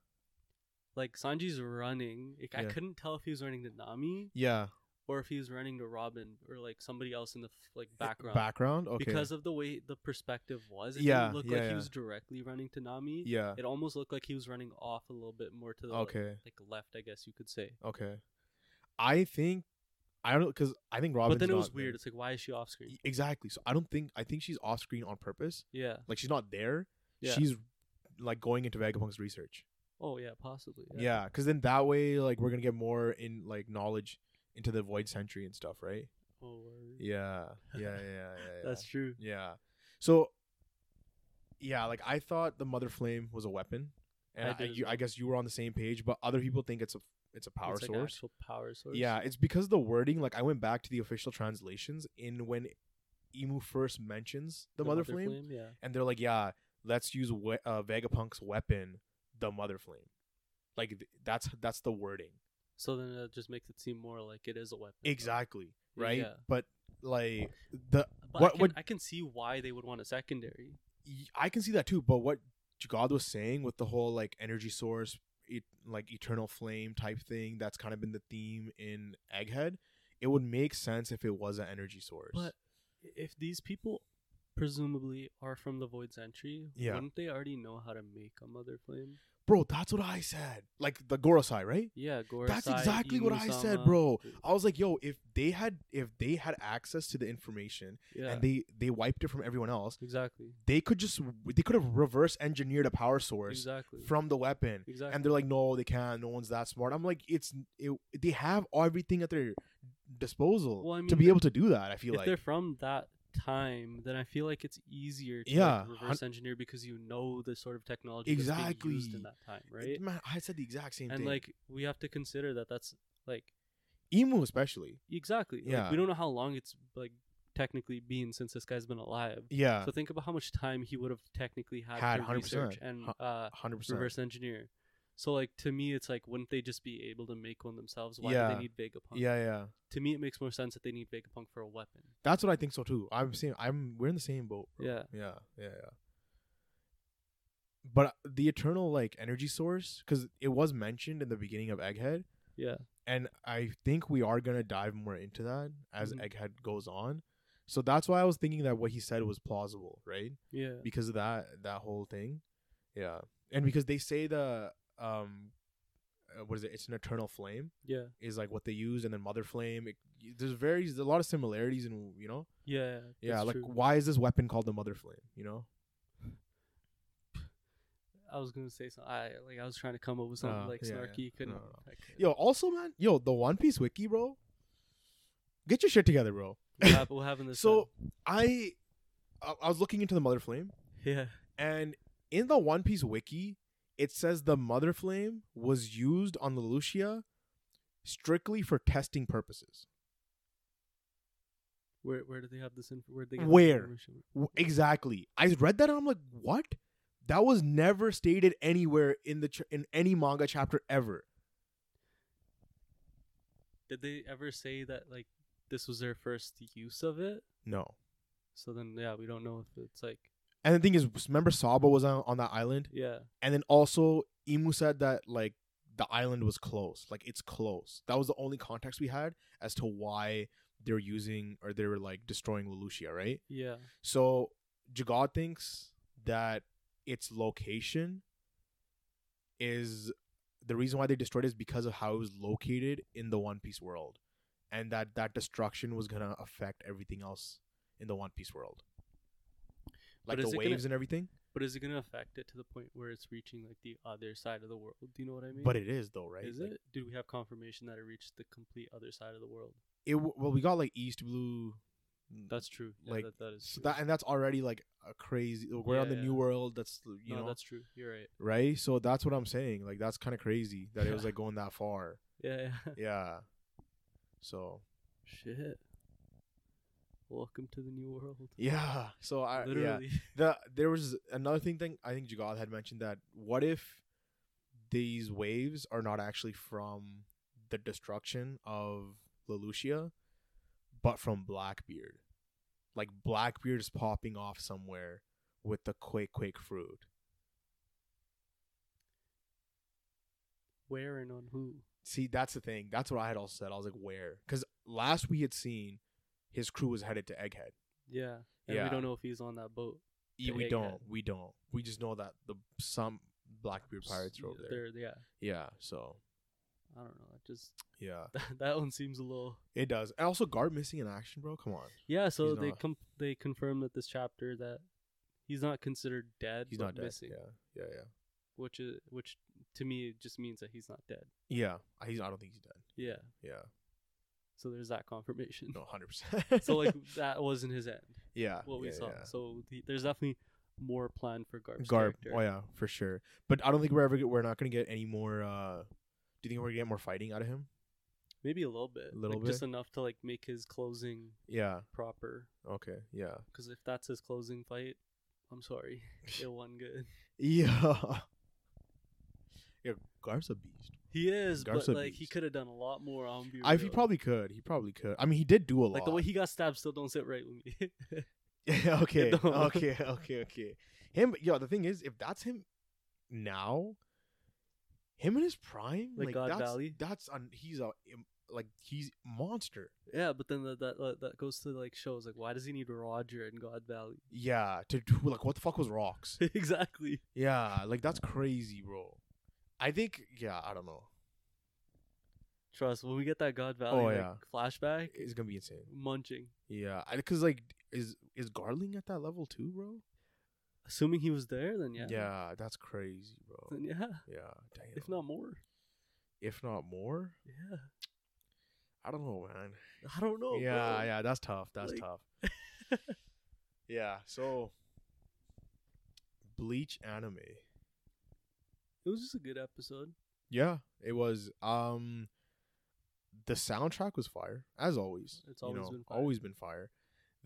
Speaker 2: Like Sanji's running. Like, I
Speaker 1: Yeah.
Speaker 2: couldn't tell if he was running to Nami
Speaker 1: yeah.
Speaker 2: or if he was running to Robin or like somebody else in the f- like background.
Speaker 1: Background. Okay.
Speaker 2: Because of the way the perspective was, it
Speaker 1: Yeah,
Speaker 2: didn't look
Speaker 1: yeah,
Speaker 2: like
Speaker 1: yeah.
Speaker 2: he was directly running to Nami.
Speaker 1: yeah.
Speaker 2: It almost looked like he was running off a little bit more to the like,
Speaker 1: Okay.
Speaker 2: like, left, I guess you could say.
Speaker 1: Okay. I think I don't because I think Robin.
Speaker 2: but then it was weird. It's like why is she off screen?
Speaker 1: E, Exactly. So I don't think I think she's off screen on purpose.
Speaker 2: Yeah.
Speaker 1: Like she's not there.
Speaker 2: Yeah.
Speaker 1: She's like going into Vagapunk's research.
Speaker 2: Oh yeah, possibly.
Speaker 1: Yeah. Because then that way, like, we're gonna get more in like knowledge into the Void Century and stuff, right?
Speaker 2: Oh, word.
Speaker 1: Yeah. Yeah. Yeah. yeah, yeah.
Speaker 2: That's true.
Speaker 1: Yeah. So yeah, like I thought the mother flame was a weapon. And
Speaker 2: I
Speaker 1: I,
Speaker 2: did as
Speaker 1: you, I
Speaker 2: well.
Speaker 1: guess you were on the same page, but other people think it's a it's a power
Speaker 2: It's, like, an
Speaker 1: source.
Speaker 2: actual power source.
Speaker 1: Yeah, it's because the wording, like I went back to the official translations in when Emu first mentions the, mother, flame,
Speaker 2: Yeah.
Speaker 1: and they're like, Yeah, let's use we- uh, Vegapunk's weapon, the mother flame. Like th- that's that's the wording.
Speaker 2: So then it just makes it seem more like it is a weapon.
Speaker 1: Exactly. Right?
Speaker 2: Yeah.
Speaker 1: But like the
Speaker 2: But
Speaker 1: What
Speaker 2: I can,
Speaker 1: would-
Speaker 2: I can see why they would want a secondary.
Speaker 1: y- I can see that too. But what God was saying with the whole like energy source, it, like eternal flame type thing, that's kind of been the theme in Egghead. It would make sense if it was an energy source.
Speaker 2: But if these people presumably are from the Void Century,
Speaker 1: Yeah.
Speaker 2: wouldn't they already know how to make a Mother Flame?
Speaker 1: bro, that's what I said. Like the Gorosei, right?
Speaker 2: Yeah, Gorosei,
Speaker 1: That's exactly what I said,
Speaker 2: Inu-sama.
Speaker 1: bro. I was like, yo, if they had if they had access to the information
Speaker 2: Yeah,
Speaker 1: and they they wiped it from everyone else,
Speaker 2: exactly,
Speaker 1: they could just they could have reverse engineered a power source
Speaker 2: exactly,
Speaker 1: from the weapon.
Speaker 2: exactly.
Speaker 1: and they're like no they can't no one's that smart i'm like it's it, they have everything at their disposal
Speaker 2: Well, I
Speaker 1: to
Speaker 2: mean,
Speaker 1: be able to do that i
Speaker 2: if
Speaker 1: feel like
Speaker 2: they're from that time, then I feel like it's easier to
Speaker 1: Yeah,
Speaker 2: like, reverse engineer because you know the sort of technology that's being used
Speaker 1: Exactly.
Speaker 2: in that time, right?
Speaker 1: man i said the exact same
Speaker 2: and
Speaker 1: thing
Speaker 2: like we have to consider that that's like
Speaker 1: Emu especially.
Speaker 2: Exactly. Like,
Speaker 1: Yeah.
Speaker 2: we don't know how long it's like technically been since this guy's been alive.
Speaker 1: Yeah,
Speaker 2: So think about how much time he would have technically had,
Speaker 1: Uh, Had
Speaker 2: to research
Speaker 1: 100%.
Speaker 2: and
Speaker 1: Hu-
Speaker 2: uh,
Speaker 1: hundred percent.
Speaker 2: reverse engineer. So like to me, it's like wouldn't they just be able to make one themselves? Why do
Speaker 1: Yeah.
Speaker 2: they need Vegapunk?
Speaker 1: Yeah, yeah.
Speaker 2: To me, it makes more sense that they need Vegapunk for a weapon.
Speaker 1: That's what I think so too. I'm seeing. I'm we're in the same boat. bro.
Speaker 2: Yeah.
Speaker 1: yeah, yeah, yeah. But uh, the eternal like energy source, because it was mentioned in the beginning of Egghead,
Speaker 2: Yeah.
Speaker 1: and I think we are gonna dive more into that as
Speaker 2: Mhm.
Speaker 1: Egghead goes on. So that's why I was thinking that what he said was plausible, right?
Speaker 2: Yeah.
Speaker 1: Because of that that whole thing, yeah, and because they say the um, uh, what is it? It's an eternal flame
Speaker 2: Yeah.
Speaker 1: is like what they use, and then Mother Flame. It, there's very there's a lot of similarities, and you know,
Speaker 2: Yeah.
Speaker 1: yeah,
Speaker 2: that's
Speaker 1: like
Speaker 2: true.
Speaker 1: why is this weapon called the Mother Flame? You know,
Speaker 2: I was gonna say something. I like I was trying to come up with something
Speaker 1: Uh,
Speaker 2: like
Speaker 1: yeah, yeah.
Speaker 2: snarky. Couldn't.
Speaker 1: No, no, no.
Speaker 2: I couldn't.
Speaker 1: Yo, also, man, yo, the One Piece wiki, bro. Get your shit together, bro.
Speaker 2: We'll have, we'll have in this.
Speaker 1: So I, I I was looking into the Mother Flame,
Speaker 2: yeah.
Speaker 1: and in the One Piece wiki, it says the Mother Flame was used on the Lucia strictly for testing purposes.
Speaker 2: Where where did they have this? Inf- where did they get this
Speaker 1: Where?
Speaker 2: information?
Speaker 1: W- Exactly. I read that and I'm like, what? That was never stated anywhere in the ch- in any manga chapter ever.
Speaker 2: Did they ever say that like this was their first use of it?
Speaker 1: No.
Speaker 2: So then yeah, we don't know if it's like
Speaker 1: And the thing is, remember Saba was on, on that island,
Speaker 2: yeah
Speaker 1: and then also Imu said that like the island was closed, like it's closed. That was the only context we had as to why they're using or they were like destroying Lelouchia, right?
Speaker 2: yeah
Speaker 1: So Jagat thinks that its location is the reason why they destroyed it is because of how it was located in the One Piece world, and that that destruction was gonna affect everything else in the One Piece world,
Speaker 2: But
Speaker 1: like
Speaker 2: is
Speaker 1: the
Speaker 2: it
Speaker 1: waves
Speaker 2: gonna-
Speaker 1: and everything.
Speaker 2: But is it gonna affect it to the point where it's reaching like the other side of the world? Do you know what I mean?
Speaker 1: But it is though, right?
Speaker 2: is
Speaker 1: Like,
Speaker 2: it? Do we have confirmation that it reached the complete other side of the world?
Speaker 1: It w- well, we got like East Blue.
Speaker 2: That's true. Yeah,
Speaker 1: Like,
Speaker 2: that, that is
Speaker 1: so
Speaker 2: true.
Speaker 1: that and that's already like a crazy. We're on
Speaker 2: Yeah,
Speaker 1: the
Speaker 2: yeah.
Speaker 1: new world. That's you
Speaker 2: no,
Speaker 1: know
Speaker 2: that's true. You're right.
Speaker 1: right. So that's what I'm saying. Like that's kind of crazy that it was like going that far.
Speaker 2: Yeah. yeah.
Speaker 1: Yeah. So
Speaker 2: Shit. Welcome to the new world.
Speaker 1: yeah. So I yeah.
Speaker 2: Literally.
Speaker 1: The there was another thing thing I think Jagal had mentioned that what if these waves are not actually from the destruction of Lelouchia, but from Blackbeard. Like Blackbeard is popping off somewhere with the quake quake fruit.
Speaker 2: Where and on who?
Speaker 1: See, that's the thing. That's what I had also said. I was like, where? Because last we had seen, his crew was headed to Egghead.
Speaker 2: Yeah. And
Speaker 1: Yeah.
Speaker 2: we don't know if he's on that boat.
Speaker 1: Yeah,
Speaker 2: to
Speaker 1: we
Speaker 2: Egghead.
Speaker 1: don't. We don't. We just know that the some Blackbeard pirates are over there.
Speaker 2: They're- Yeah.
Speaker 1: Yeah. So
Speaker 2: I don't know. That just
Speaker 1: yeah,
Speaker 2: that one seems a little.
Speaker 1: it does. And also, guard missing in action, bro. Come on,
Speaker 2: Yeah. So
Speaker 1: He's
Speaker 2: they
Speaker 1: not-
Speaker 2: com- they confirmed that this chapter that he's not considered dead.
Speaker 1: he's
Speaker 2: but
Speaker 1: not dead.
Speaker 2: missing.
Speaker 1: Yeah, yeah,
Speaker 2: which is which to me it just means that he's not dead.
Speaker 1: yeah. Yeah, he's. I don't think he's dead.
Speaker 2: Yeah.
Speaker 1: Yeah,
Speaker 2: So there's that confirmation.
Speaker 1: no, hundred percent.
Speaker 2: so like that wasn't his end.
Speaker 1: yeah,
Speaker 2: What we
Speaker 1: yeah,
Speaker 2: saw.
Speaker 1: yeah.
Speaker 2: So the, there's definitely more plan for Garb's
Speaker 1: Garb.
Speaker 2: character.
Speaker 1: Oh yeah, for sure. But I don't think we're ever. get- We're not gonna get any more. uh Do you think we're gonna get more fighting out of him?
Speaker 2: Maybe a little bit.
Speaker 1: A little
Speaker 2: like, Just
Speaker 1: bit?
Speaker 2: enough to like make his closing
Speaker 1: Yeah.
Speaker 2: proper.
Speaker 1: Okay. Yeah.
Speaker 2: Because if that's his closing fight, I'm sorry, it won good.
Speaker 1: Yeah. yeah. Garb's a beast.
Speaker 2: He is,
Speaker 1: Garb's
Speaker 2: but
Speaker 1: a
Speaker 2: like he
Speaker 1: beast.
Speaker 2: could have done a lot more. On
Speaker 1: I, he probably could. He probably could. I mean, he did do a lot.
Speaker 2: like the way he got stabbed still don't sit right with me.
Speaker 1: Yeah, okay.
Speaker 2: don't.
Speaker 1: Okay, okay, okay. Him yo, the thing is, if that's him now, him in his prime,
Speaker 2: Like
Speaker 1: like,
Speaker 2: God
Speaker 1: that's
Speaker 2: Valley?
Speaker 1: that's un, he's a im- like he's monster.
Speaker 2: yeah, but then that that that goes to like shows like why does he need Roger and God Valley?
Speaker 1: Yeah, to do like what the fuck was rocks?
Speaker 2: exactly.
Speaker 1: yeah, like that's crazy, bro. I think yeah, I don't know.
Speaker 2: Trust when we get that God Valley
Speaker 1: Oh,
Speaker 2: like,
Speaker 1: yeah.
Speaker 2: flashback,
Speaker 1: It's gonna be insane.
Speaker 2: munching.
Speaker 1: Yeah, I, cause like is is Garling at that level too, bro?
Speaker 2: Assuming he was there, then yeah,
Speaker 1: that's crazy, bro.
Speaker 2: then yeah,
Speaker 1: Yeah, damn.
Speaker 2: if not more,
Speaker 1: if not more,
Speaker 2: yeah.
Speaker 1: I don't know, man.
Speaker 2: I don't know.
Speaker 1: yeah,
Speaker 2: bro.
Speaker 1: yeah, that's tough. That's
Speaker 2: Oh, Like-
Speaker 1: tough. yeah, so Bleach anime.
Speaker 2: It was just a good episode.
Speaker 1: Yeah, it was um the soundtrack was fire as always.
Speaker 2: It's always been fire.
Speaker 1: always been fire.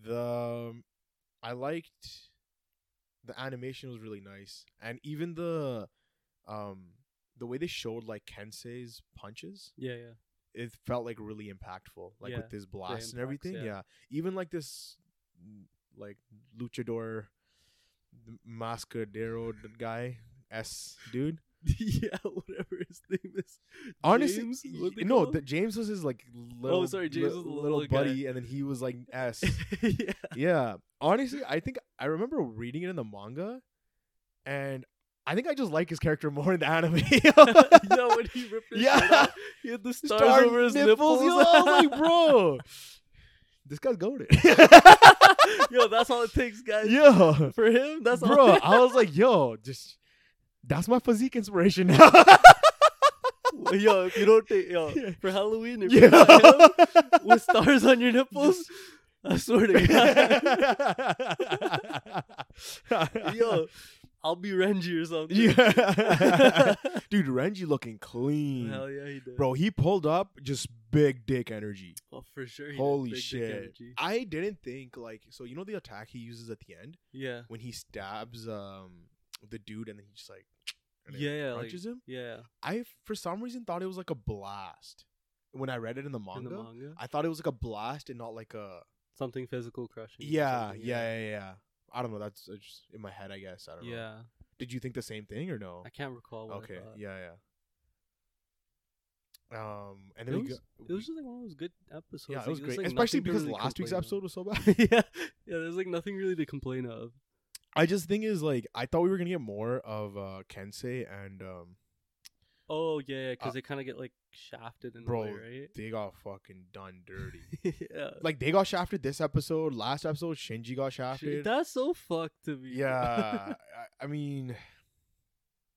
Speaker 1: The um, I liked the animation was really nice, and even the um the way they showed like Kensei's punches,
Speaker 2: Yeah, yeah.
Speaker 1: it felt like really impactful, like
Speaker 2: Yeah,
Speaker 1: with this blast and
Speaker 2: impacts,
Speaker 1: everything.
Speaker 2: yeah.
Speaker 1: Yeah. even like this like luchador mascadero guy s dude
Speaker 2: yeah, whatever his name is.
Speaker 1: Honestly,
Speaker 2: James,
Speaker 1: y-
Speaker 2: what they
Speaker 1: no,
Speaker 2: call
Speaker 1: the, James was his like little,
Speaker 2: sorry,
Speaker 1: li-
Speaker 2: James was the
Speaker 1: little,
Speaker 2: little guy.
Speaker 1: buddy, and then he was like S.
Speaker 2: him? yeah.
Speaker 1: yeah, honestly, I think I remember reading it in the manga, and I think I just like his character more in the anime.
Speaker 2: yeah, when he ripped his
Speaker 1: Yeah.
Speaker 2: shirt off, he had the stars
Speaker 1: Star
Speaker 2: over his nipples.
Speaker 1: nipples, yo, I was like, bro, this guy's goaded.
Speaker 2: yo, that's all it takes, guys.
Speaker 1: yeah,
Speaker 2: For him, that's
Speaker 1: bro,
Speaker 2: all.
Speaker 1: I was like, yo, just that's my physique inspiration now.
Speaker 2: yo, if you don't take yo
Speaker 1: Yeah.
Speaker 2: for Halloween, if you got him
Speaker 1: yeah.
Speaker 2: with stars on your nipples, I swear to God, yo, I'll be Renji or something.
Speaker 1: Hmm. Yeah. Dude, Renji looking clean.
Speaker 2: Hell yeah, he did,
Speaker 1: Bro, he pulled up just big dick energy.
Speaker 2: Well, for sure. He did.
Speaker 1: Holy
Speaker 2: Big dick
Speaker 1: shit.
Speaker 2: energy.
Speaker 1: I didn't think like so you know the attack he uses at the end
Speaker 2: Yeah,
Speaker 1: when he stabs um the dude and then he just like and then
Speaker 2: Yeah, yeah, like-
Speaker 1: punches him.
Speaker 2: yeah.
Speaker 1: I for some reason thought it was like a blast. When I read it in the manga,
Speaker 2: In the manga,
Speaker 1: I thought it was like a blast and not like a
Speaker 2: something physical crushing. or
Speaker 1: yeah,
Speaker 2: something,
Speaker 1: yeah, yeah, yeah, I don't know. That's uh, just in my head, I guess. I don't know.
Speaker 2: Yeah,
Speaker 1: Did you think the same thing or no?
Speaker 2: I can't recall. What
Speaker 1: Okay.
Speaker 2: I thought.
Speaker 1: Yeah, yeah. Um, and
Speaker 2: It
Speaker 1: then we
Speaker 2: was-
Speaker 1: go-
Speaker 2: It was
Speaker 1: we-
Speaker 2: just like one of those good episodes.
Speaker 1: yeah,
Speaker 2: like,
Speaker 1: it was great,
Speaker 2: like,
Speaker 1: especially
Speaker 2: nothing to
Speaker 1: because
Speaker 2: really
Speaker 1: last week's episode
Speaker 2: complain
Speaker 1: was so bad.
Speaker 2: of. yeah, yeah. There's like nothing really to complain of.
Speaker 1: I just think is like I thought we were gonna get more of uh Kensei and um
Speaker 2: Oh yeah, because
Speaker 1: Uh,
Speaker 2: they kind of get like shafted in a
Speaker 1: bro,
Speaker 2: way,
Speaker 1: they got fucking done dirty.
Speaker 2: right? yeah.
Speaker 1: like they got shafted this episode, last episode Shinji got
Speaker 2: Shit,
Speaker 1: shafted.
Speaker 2: That's so fucked to me.
Speaker 1: yeah, I, I mean,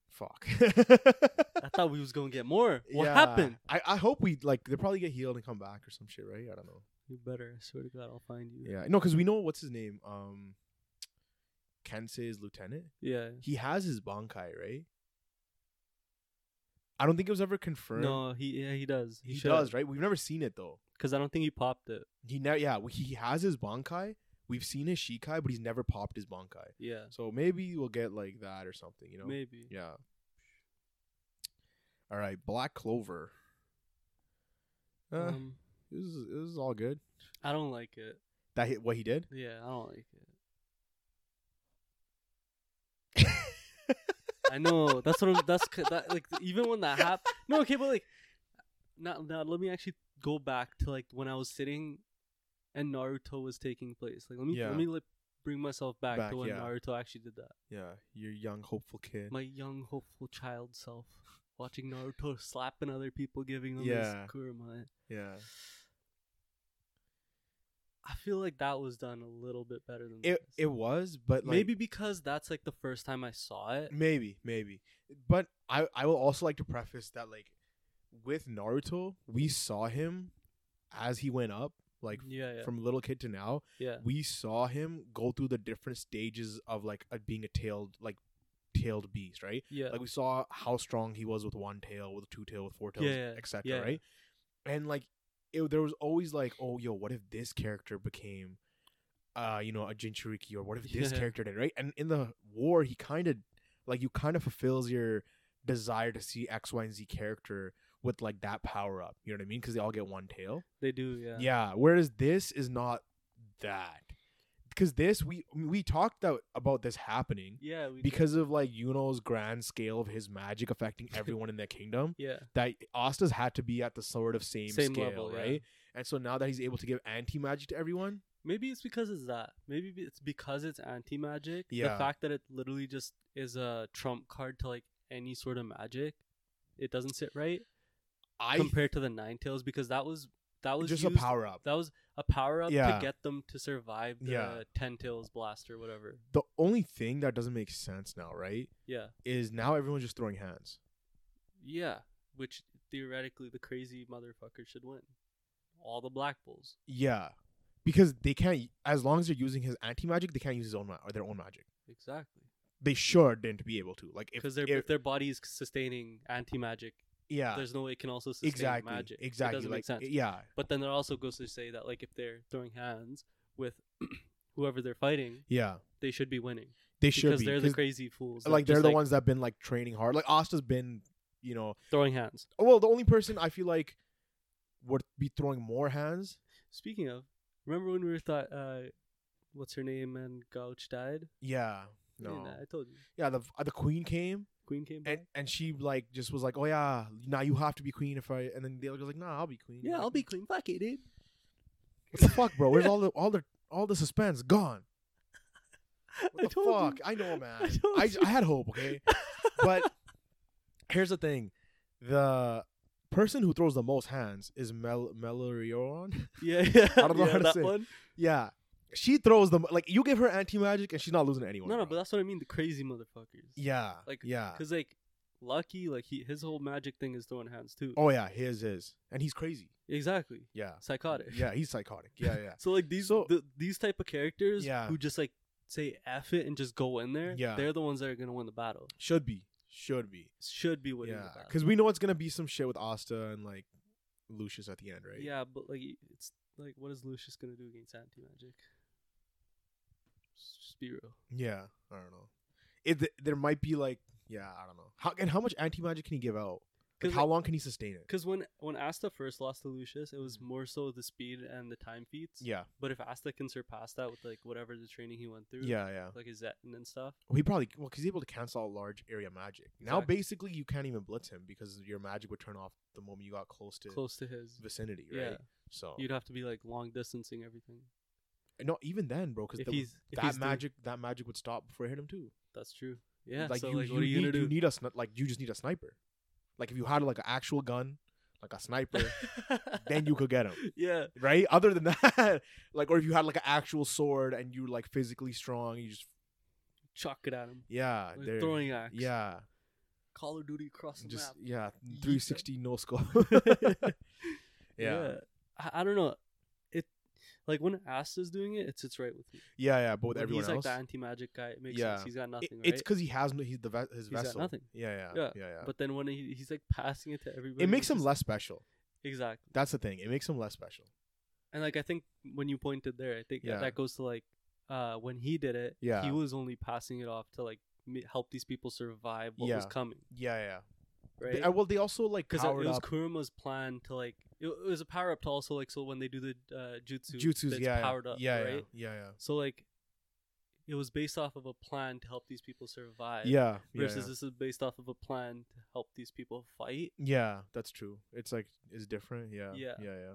Speaker 1: fuck.
Speaker 2: I thought we was gonna get more. What
Speaker 1: Yeah.
Speaker 2: happened?
Speaker 1: I, I hope we like they probably get healed and come back or some shit, right? I don't know.
Speaker 2: You better. I swear to God, I'll find you.
Speaker 1: Yeah, no, because we know what's his name. Um, Kensei's lieutenant.
Speaker 2: Yeah.
Speaker 1: He has his bankai, right? I don't think it was ever confirmed.
Speaker 2: No, he yeah he does.
Speaker 1: he does, right? We've never seen it though.
Speaker 2: Because I don't think he popped it.
Speaker 1: He now, yeah, he has his bankai. We've seen his shikai, but he's never popped his bankai.
Speaker 2: Yeah.
Speaker 1: So maybe we'll get like that or something, you know?
Speaker 2: Maybe.
Speaker 1: Yeah. All right, Black Clover. Uh,
Speaker 2: Um,
Speaker 1: this is this is all good.
Speaker 2: I don't like it.
Speaker 1: That hit what he did.
Speaker 2: Yeah, I don't like it. I know. That's what. I'm, that's c- that. Like even when that happened. No, okay, but like, not now. Let me actually go back to like when I was sitting, and Naruto was taking place. Like, let me
Speaker 1: Yeah.
Speaker 2: let me like bring myself back,
Speaker 1: Back,
Speaker 2: to when
Speaker 1: yeah.
Speaker 2: Naruto actually did that.
Speaker 1: Yeah, your young hopeful kid.
Speaker 2: My young, hopeful child self watching Naruto slapping other people, giving them
Speaker 1: Yeah.
Speaker 2: his kurama.
Speaker 1: yeah.
Speaker 2: I feel like that was done a little bit better than
Speaker 1: It
Speaker 2: this.
Speaker 1: it was, but like,
Speaker 2: maybe because that's like the first time I saw it.
Speaker 1: maybe maybe. But I I will also like to preface that like with Naruto, we saw him as he went up, like
Speaker 2: yeah, yeah,
Speaker 1: from little kid to now.
Speaker 2: yeah.
Speaker 1: We saw him go through the different stages of like a, being a tailed like tailed beast, right?
Speaker 2: Yeah.
Speaker 1: Like we saw how strong he was with one tail, with two tail, with four tails,
Speaker 2: Yeah, yeah,
Speaker 1: etc.
Speaker 2: yeah, yeah.
Speaker 1: Right? And like it, there was always like, oh yo, what if this character became, uh, you know, a Jinchuriki, or what if this
Speaker 2: Yeah.
Speaker 1: character did, right? And in the war, he kind of like you kind of fulfills your desire to see X, Y, and Z character with like that power up. You know what I mean? Because they all get one tail.
Speaker 2: they do, yeah.
Speaker 1: Yeah. Whereas this is not that. Because this we we talked out about this happening
Speaker 2: Yeah, we
Speaker 1: because of like Yuno's grand scale of his magic affecting everyone in their kingdom,
Speaker 2: do. yeah,
Speaker 1: that Asta's had to be at the sort of same,
Speaker 2: Same
Speaker 1: scale,
Speaker 2: level, yeah.
Speaker 1: right? And so now that he's able to give anti magic to everyone,
Speaker 2: maybe it's because it's that. Maybe be- it's because it's anti magic.
Speaker 1: Yeah.
Speaker 2: The fact that it literally just is a trump card to like any sort of magic, it doesn't sit right
Speaker 1: I
Speaker 2: compared to the Nine Tails because that was that was
Speaker 1: just
Speaker 2: used,
Speaker 1: a power up.
Speaker 2: That was a power up
Speaker 1: Yeah.
Speaker 2: to get them to survive the
Speaker 1: Yeah.
Speaker 2: Ten Tails blast or whatever.
Speaker 1: The only thing that doesn't make sense now, right,
Speaker 2: Yeah,
Speaker 1: is now everyone's just throwing hands.
Speaker 2: yeah. Which theoretically the crazy motherfucker should win. All the Black Bulls.
Speaker 1: Yeah, because they can't. As long as they're using his anti magic, they can't use his own ma- or their own magic.
Speaker 2: Exactly.
Speaker 1: They shouldn't be able to. Like if
Speaker 2: because their
Speaker 1: if-
Speaker 2: if their body is sustaining anti magic
Speaker 1: yeah,
Speaker 2: There's no way it can also sustain
Speaker 1: exactly,
Speaker 2: magic. It
Speaker 1: exactly.
Speaker 2: doesn't
Speaker 1: like,
Speaker 2: make sense.
Speaker 1: Yeah,
Speaker 2: But then it also goes to say that like if they're throwing hands with whoever they're fighting,
Speaker 1: yeah.
Speaker 2: they should be winning
Speaker 1: They should
Speaker 2: because
Speaker 1: be
Speaker 2: they're the
Speaker 1: 'cause,
Speaker 2: crazy fools. that
Speaker 1: like they're
Speaker 2: just,
Speaker 1: the ones that've been like training hard. Like Asta's been, you know,
Speaker 2: throwing hands.
Speaker 1: well, the only person I feel like would be throwing more hands.
Speaker 2: Speaking of, remember when we were thought, uh, what's her name and Gouch died?
Speaker 1: Yeah,
Speaker 2: I
Speaker 1: no,
Speaker 2: mean, I told you,
Speaker 1: yeah. The uh, the queen came
Speaker 2: Queen came
Speaker 1: and
Speaker 2: back.
Speaker 1: and she like just was like, oh yeah, now you have to be queen if I. And then the other was like, nah, I'll be queen.
Speaker 2: yeah,
Speaker 1: Like,
Speaker 2: I'll be Queen. Fuck it, dude.
Speaker 1: What the fuck, bro? Where's all the all the all the suspense gone?
Speaker 2: I
Speaker 1: What the
Speaker 2: told
Speaker 1: fuck?
Speaker 2: you.
Speaker 1: I know,
Speaker 2: I
Speaker 1: man.
Speaker 2: told
Speaker 1: I,
Speaker 2: you.
Speaker 1: I had hope, okay. But here's the thing: the person who throws the most hands is Mel Melorion.
Speaker 2: Yeah, yeah.
Speaker 1: I don't know
Speaker 2: yeah,
Speaker 1: how to
Speaker 2: that
Speaker 1: say it.
Speaker 2: one.
Speaker 1: yeah, she throws them like you give her anti magic and she's not losing anyone.
Speaker 2: No, no, but
Speaker 1: bro.
Speaker 2: that's what I mean. The crazy motherfuckers.
Speaker 1: yeah, like
Speaker 2: like,
Speaker 1: yeah,
Speaker 2: Because like Lucky, like he his whole magic thing is throwing hands too.
Speaker 1: oh yeah, his is, and he's crazy.
Speaker 2: Exactly.
Speaker 1: Yeah,
Speaker 2: Psychotic.
Speaker 1: yeah, he's psychotic. Yeah, yeah.
Speaker 2: So like these
Speaker 1: So-
Speaker 2: the, these type of characters
Speaker 1: Yeah.
Speaker 2: who just like say F it and just go in there,
Speaker 1: Yeah.
Speaker 2: they're the ones that are gonna win the battle.
Speaker 1: Should be, should be.
Speaker 2: Should be winning
Speaker 1: Yeah,
Speaker 2: the battle.
Speaker 1: because we know it's gonna be some shit with Asta and like Lucius at the end, right?
Speaker 2: Yeah, but like it's like what is Lucius gonna do against anti magic? Just be real.
Speaker 1: Yeah, I don't know. It th- there might be like yeah, I don't know. How and how much anti magic can he give out? Like,
Speaker 2: 'Cause,
Speaker 1: how
Speaker 2: like-
Speaker 1: long can he sustain it?
Speaker 2: Because when when Asta first lost to Lucius, it was more so the speed and the time feats.
Speaker 1: Mm-hmm. Yeah,
Speaker 2: But if Asta can surpass that with like whatever the training he went through,
Speaker 1: yeah, yeah.
Speaker 2: like his Zetin and stuff,
Speaker 1: Well, he probably well, 'cause he's able to cancel out large area magic. Now
Speaker 2: Exactly.
Speaker 1: basically you can't even blitz him because your magic would turn off the moment you got close to
Speaker 2: close to his,
Speaker 1: vicinity,
Speaker 2: yeah,
Speaker 1: right? Oh. So
Speaker 2: you'd have to be like long distancing everything.
Speaker 1: no, even then, bro, because
Speaker 2: If he's if he's
Speaker 1: that
Speaker 2: doing-
Speaker 1: magic that magic would stop before it hit him too.
Speaker 2: that's true. Yeah.
Speaker 1: like
Speaker 2: so
Speaker 1: you,
Speaker 2: like,
Speaker 1: you
Speaker 2: what are you
Speaker 1: need,
Speaker 2: gonna do?
Speaker 1: You need a sni- like you just need a sniper. Like if you had like an actual gun, like a sniper, then you could get him.
Speaker 2: yeah.
Speaker 1: right? Other than that, like, or if you had like an actual sword and you were like physically strong, you just
Speaker 2: Chuck it at him.
Speaker 1: yeah,
Speaker 2: Like
Speaker 1: Ah, there-
Speaker 2: throwing axe.
Speaker 1: yeah,
Speaker 2: Call of Duty across the
Speaker 1: just
Speaker 2: map.
Speaker 1: yeah,
Speaker 2: Yeet
Speaker 1: three sixty no scope. yeah.
Speaker 2: I, I don't know. It like when Asta's doing it, it sits right with me.
Speaker 1: yeah, yeah, but with
Speaker 2: When
Speaker 1: everyone
Speaker 2: he's
Speaker 1: else,
Speaker 2: like the anti magic guy. It makes
Speaker 1: Yeah.
Speaker 2: sense. He's got
Speaker 1: it-
Speaker 2: nothing.
Speaker 1: it's
Speaker 2: right?
Speaker 1: because he has no, he's the ve- his
Speaker 2: He's got
Speaker 1: vessel.
Speaker 2: nothing.
Speaker 1: Yeah, yeah,
Speaker 2: Yeah,
Speaker 1: yeah, yeah.
Speaker 2: But then when he, he's like passing it to everybody,
Speaker 1: it makes
Speaker 2: it's
Speaker 1: him
Speaker 2: just-
Speaker 1: less special.
Speaker 2: exactly.
Speaker 1: That's the thing. It makes him less special.
Speaker 2: And like I think when you pointed there, I think that-
Speaker 1: Yeah.
Speaker 2: that goes to like uh when he did it,
Speaker 1: Yeah.
Speaker 2: he was only passing it off to like m- help these people survive what was
Speaker 1: Yeah.
Speaker 2: coming,
Speaker 1: Yeah, yeah. They-
Speaker 2: right?
Speaker 1: uh, well, they also like
Speaker 2: Because it
Speaker 1: powered
Speaker 2: was
Speaker 1: up.
Speaker 2: Kuruma's plan to like it, it was a power up to also like so when they do the uh, jutsu,
Speaker 1: Jutsus,
Speaker 2: that's
Speaker 1: yeah, yeah,
Speaker 2: powered up,
Speaker 1: yeah,
Speaker 2: right?
Speaker 1: yeah, yeah,
Speaker 2: So like it was based off of a plan to help these people survive.
Speaker 1: yeah, yeah,
Speaker 2: Versus
Speaker 1: yeah.
Speaker 2: this is based off of a plan to help these people fight.
Speaker 1: Yeah, that's true. It's like it's different. Yeah,
Speaker 2: Yeah.
Speaker 1: yeah, yeah.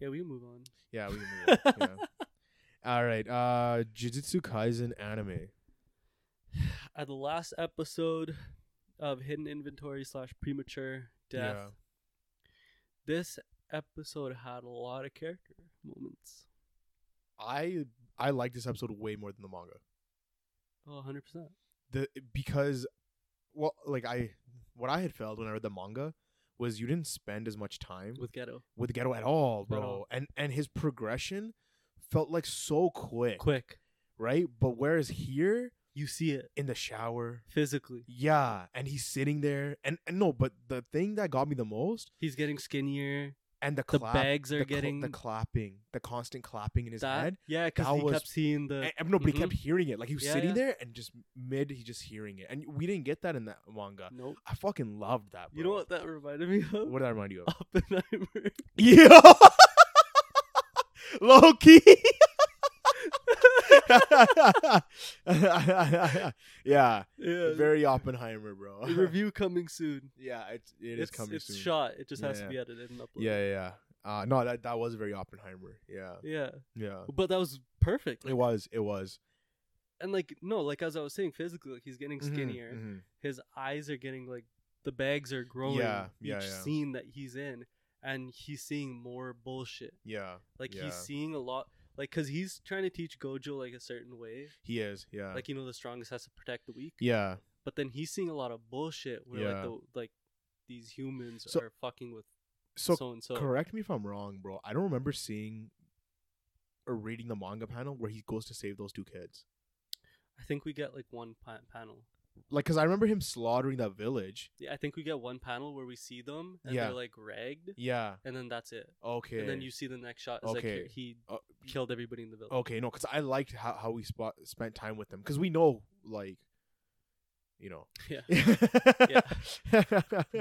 Speaker 2: Yeah, we can move on.
Speaker 1: Yeah, we can move on. yeah. All right. Uh Jujutsu Kaisen anime.
Speaker 2: At the last episode of Hidden Inventory slash Premature Death,
Speaker 1: Yeah.
Speaker 2: this episode had a lot of character moments.
Speaker 1: I I like this episode way more than the manga.
Speaker 2: Oh, 100%.
Speaker 1: The because well like I what I had felt when I read the manga was you didn't spend as much time with,
Speaker 2: With Ghetto.
Speaker 1: with Ghetto at all,
Speaker 2: At
Speaker 1: bro.
Speaker 2: all.
Speaker 1: And and his progression felt like so quick,
Speaker 2: Quick.
Speaker 1: right? But whereas here
Speaker 2: You see it
Speaker 1: in the shower,
Speaker 2: physically.
Speaker 1: yeah, and he's sitting there and, and no, but the thing that got me the most
Speaker 2: He's getting skinnier.
Speaker 1: and the
Speaker 2: The
Speaker 1: clap
Speaker 2: bags are
Speaker 1: the, cl-
Speaker 2: getting.
Speaker 1: the clapping, the constant clapping in his
Speaker 2: that,
Speaker 1: head.
Speaker 2: yeah, because
Speaker 1: that
Speaker 2: he
Speaker 1: was- eh,
Speaker 2: kept seeing the.
Speaker 1: And, and no, but he
Speaker 2: mhm.
Speaker 1: kept hearing it. Like he was
Speaker 2: Yeah,
Speaker 1: sitting
Speaker 2: yeah.
Speaker 1: there and just mid, he just hearing it. And we didn't get that in that manga.
Speaker 2: nope.
Speaker 1: I fucking loved that. Bro.
Speaker 2: You know what that reminded me of?
Speaker 1: What did I remind you of?
Speaker 2: Oppenheimer.
Speaker 1: Yeah, low key. yeah,
Speaker 2: yeah.
Speaker 1: very Oppenheimer, bro.
Speaker 2: the review coming soon.
Speaker 1: yeah, it's it is
Speaker 2: it's,
Speaker 1: coming
Speaker 2: it's
Speaker 1: soon.
Speaker 2: shot. It just
Speaker 1: Yeah,
Speaker 2: has
Speaker 1: yeah.
Speaker 2: to be edited and uploaded.
Speaker 1: Yeah, yeah. yeah. Uh, no, that that was very Oppenheimer. Yeah,
Speaker 2: Yeah.
Speaker 1: yeah.
Speaker 2: But that was perfect.
Speaker 1: It was. It was.
Speaker 2: And like no, like as I was saying, physically like, he's getting
Speaker 1: Mhm,
Speaker 2: skinnier.
Speaker 1: mhm.
Speaker 2: His eyes are getting like the bags are growing
Speaker 1: Yeah,
Speaker 2: each
Speaker 1: yeah, yeah.
Speaker 2: scene that he's in and he's seeing more bullshit.
Speaker 1: Yeah.
Speaker 2: Like
Speaker 1: Yeah.
Speaker 2: he's seeing a lot like cuz he's trying to teach Gojo like a certain way.
Speaker 1: He is. Yeah.
Speaker 2: Like you know the strongest has to protect the weak.
Speaker 1: yeah.
Speaker 2: But then he's seeing a lot of bullshit where
Speaker 1: Yeah.
Speaker 2: like the like these humans
Speaker 1: So-
Speaker 2: are fucking with
Speaker 1: So,
Speaker 2: so and so.
Speaker 1: correct me if I'm wrong, bro. I don't remember seeing or reading the manga panel where he goes to save those two kids.
Speaker 2: I think we get like one pa- panel.
Speaker 1: like because I remember him slaughtering that village.
Speaker 2: Yeah, I think we get one panel where we see them and
Speaker 1: Yeah.
Speaker 2: they're like ragged,
Speaker 1: Yeah.
Speaker 2: and then that's it.
Speaker 1: Okay.
Speaker 2: And then you see the next shot is
Speaker 1: Okay.
Speaker 2: like he he
Speaker 1: Uh,
Speaker 2: killed everybody in the village.
Speaker 1: okay no because I liked how how we spot spent time with them because we know like, you know.
Speaker 2: Yeah.
Speaker 1: yeah.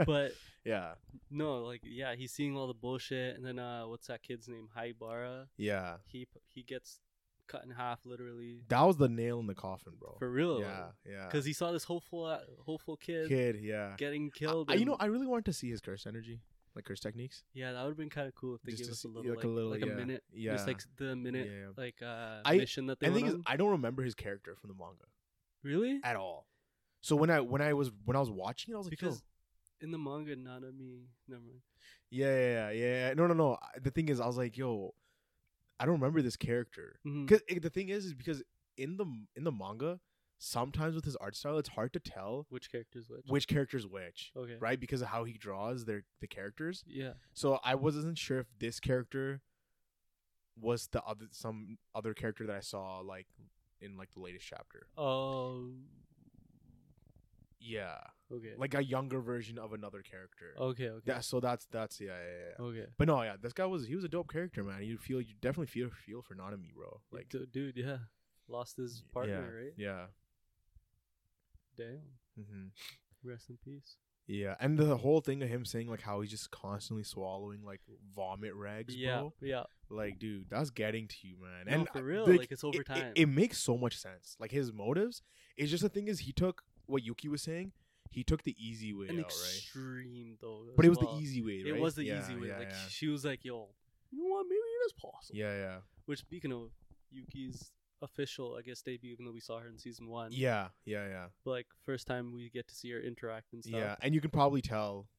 Speaker 2: But
Speaker 1: yeah.
Speaker 2: no, like yeah, he's seeing all the bullshit, and then uh, what's that kid's name? Haibara.
Speaker 1: Yeah.
Speaker 2: He p- he gets cut in half literally
Speaker 1: That was the nail in the coffin, bro.
Speaker 2: for real.
Speaker 1: Oh, Yeah. Yeah.
Speaker 2: Because he saw this hopeful uh, hopeful kid,
Speaker 1: kid. Yeah.
Speaker 2: getting killed.
Speaker 1: I, you know,
Speaker 2: and-
Speaker 1: I really wanted to see his curse energy, like curse techniques.
Speaker 2: yeah, that would have been kind of cool if they
Speaker 1: Just
Speaker 2: gave
Speaker 1: to
Speaker 2: us a
Speaker 1: see-
Speaker 2: little
Speaker 1: like
Speaker 2: like,
Speaker 1: a little,
Speaker 2: like
Speaker 1: yeah,
Speaker 2: a minute,
Speaker 1: yeah,
Speaker 2: just like the minute
Speaker 1: yeah.
Speaker 2: like uh
Speaker 1: I-
Speaker 2: mission that they
Speaker 1: And the
Speaker 2: went
Speaker 1: thing is,
Speaker 2: on.
Speaker 1: I don't remember his character from the manga
Speaker 2: really
Speaker 1: at all. So when I when I was when I was watching it, I was like, yo.
Speaker 2: because in the manga Nanami, never mind.
Speaker 1: yeah, yeah, yeah, yeah, yeah. No, no, no. I- The thing is, I was like, yo, I don't remember this character.
Speaker 2: Mhm.
Speaker 1: Because the thing is, is because in the in the manga, sometimes with his art style, it's hard to tell
Speaker 2: Which characters which?
Speaker 1: which character's which,
Speaker 2: okay.
Speaker 1: right? Because of how he draws their the characters.
Speaker 2: Yeah.
Speaker 1: So I wasn't sure if this character was the other some other character that I saw like in like the latest chapter.
Speaker 2: Oh.
Speaker 1: Yeah,
Speaker 2: Okay.
Speaker 1: like a younger version of another character.
Speaker 2: Oh, okay. Okay.
Speaker 1: That, so that's that's yeah, yeah yeah.
Speaker 2: okay.
Speaker 1: But no, yeah, this guy was he was a dope character, man. You feel you definitely feel feel for Nanami, bro. Like
Speaker 2: Like dude, yeah, lost his
Speaker 1: yeah,
Speaker 2: partner, right?
Speaker 1: Yeah.
Speaker 2: Damn.
Speaker 1: hmm
Speaker 2: Rest in peace.
Speaker 1: Yeah, and the whole thing of him saying like how he's just constantly swallowing like vomit rags,
Speaker 2: Yeah.
Speaker 1: bro.
Speaker 2: Yeah.
Speaker 1: Like, dude, that's getting to you, man.
Speaker 2: No,
Speaker 1: and
Speaker 2: for
Speaker 1: I-
Speaker 2: real, like, it's over
Speaker 1: it- it-
Speaker 2: time.
Speaker 1: It, makes so much sense. Like his motives. It's just the thing is he took what Yuki was saying. He took the easy way
Speaker 2: An
Speaker 1: out, right?
Speaker 2: extreme though.
Speaker 1: But it
Speaker 2: as
Speaker 1: was
Speaker 2: well.
Speaker 1: the easy way, right?
Speaker 2: It was the
Speaker 1: Yeah,
Speaker 2: easy way.
Speaker 1: Yeah,
Speaker 2: like
Speaker 1: yeah.
Speaker 2: she was like, "Yo, you know what? Maybe it is possible."
Speaker 1: yeah, yeah,
Speaker 2: Which, speaking of Yuki's official, I guess debut, even though we saw her in season one.
Speaker 1: yeah, yeah, yeah,
Speaker 2: But, like first time we get to see her interact and stuff.
Speaker 1: yeah. And you can probably tell,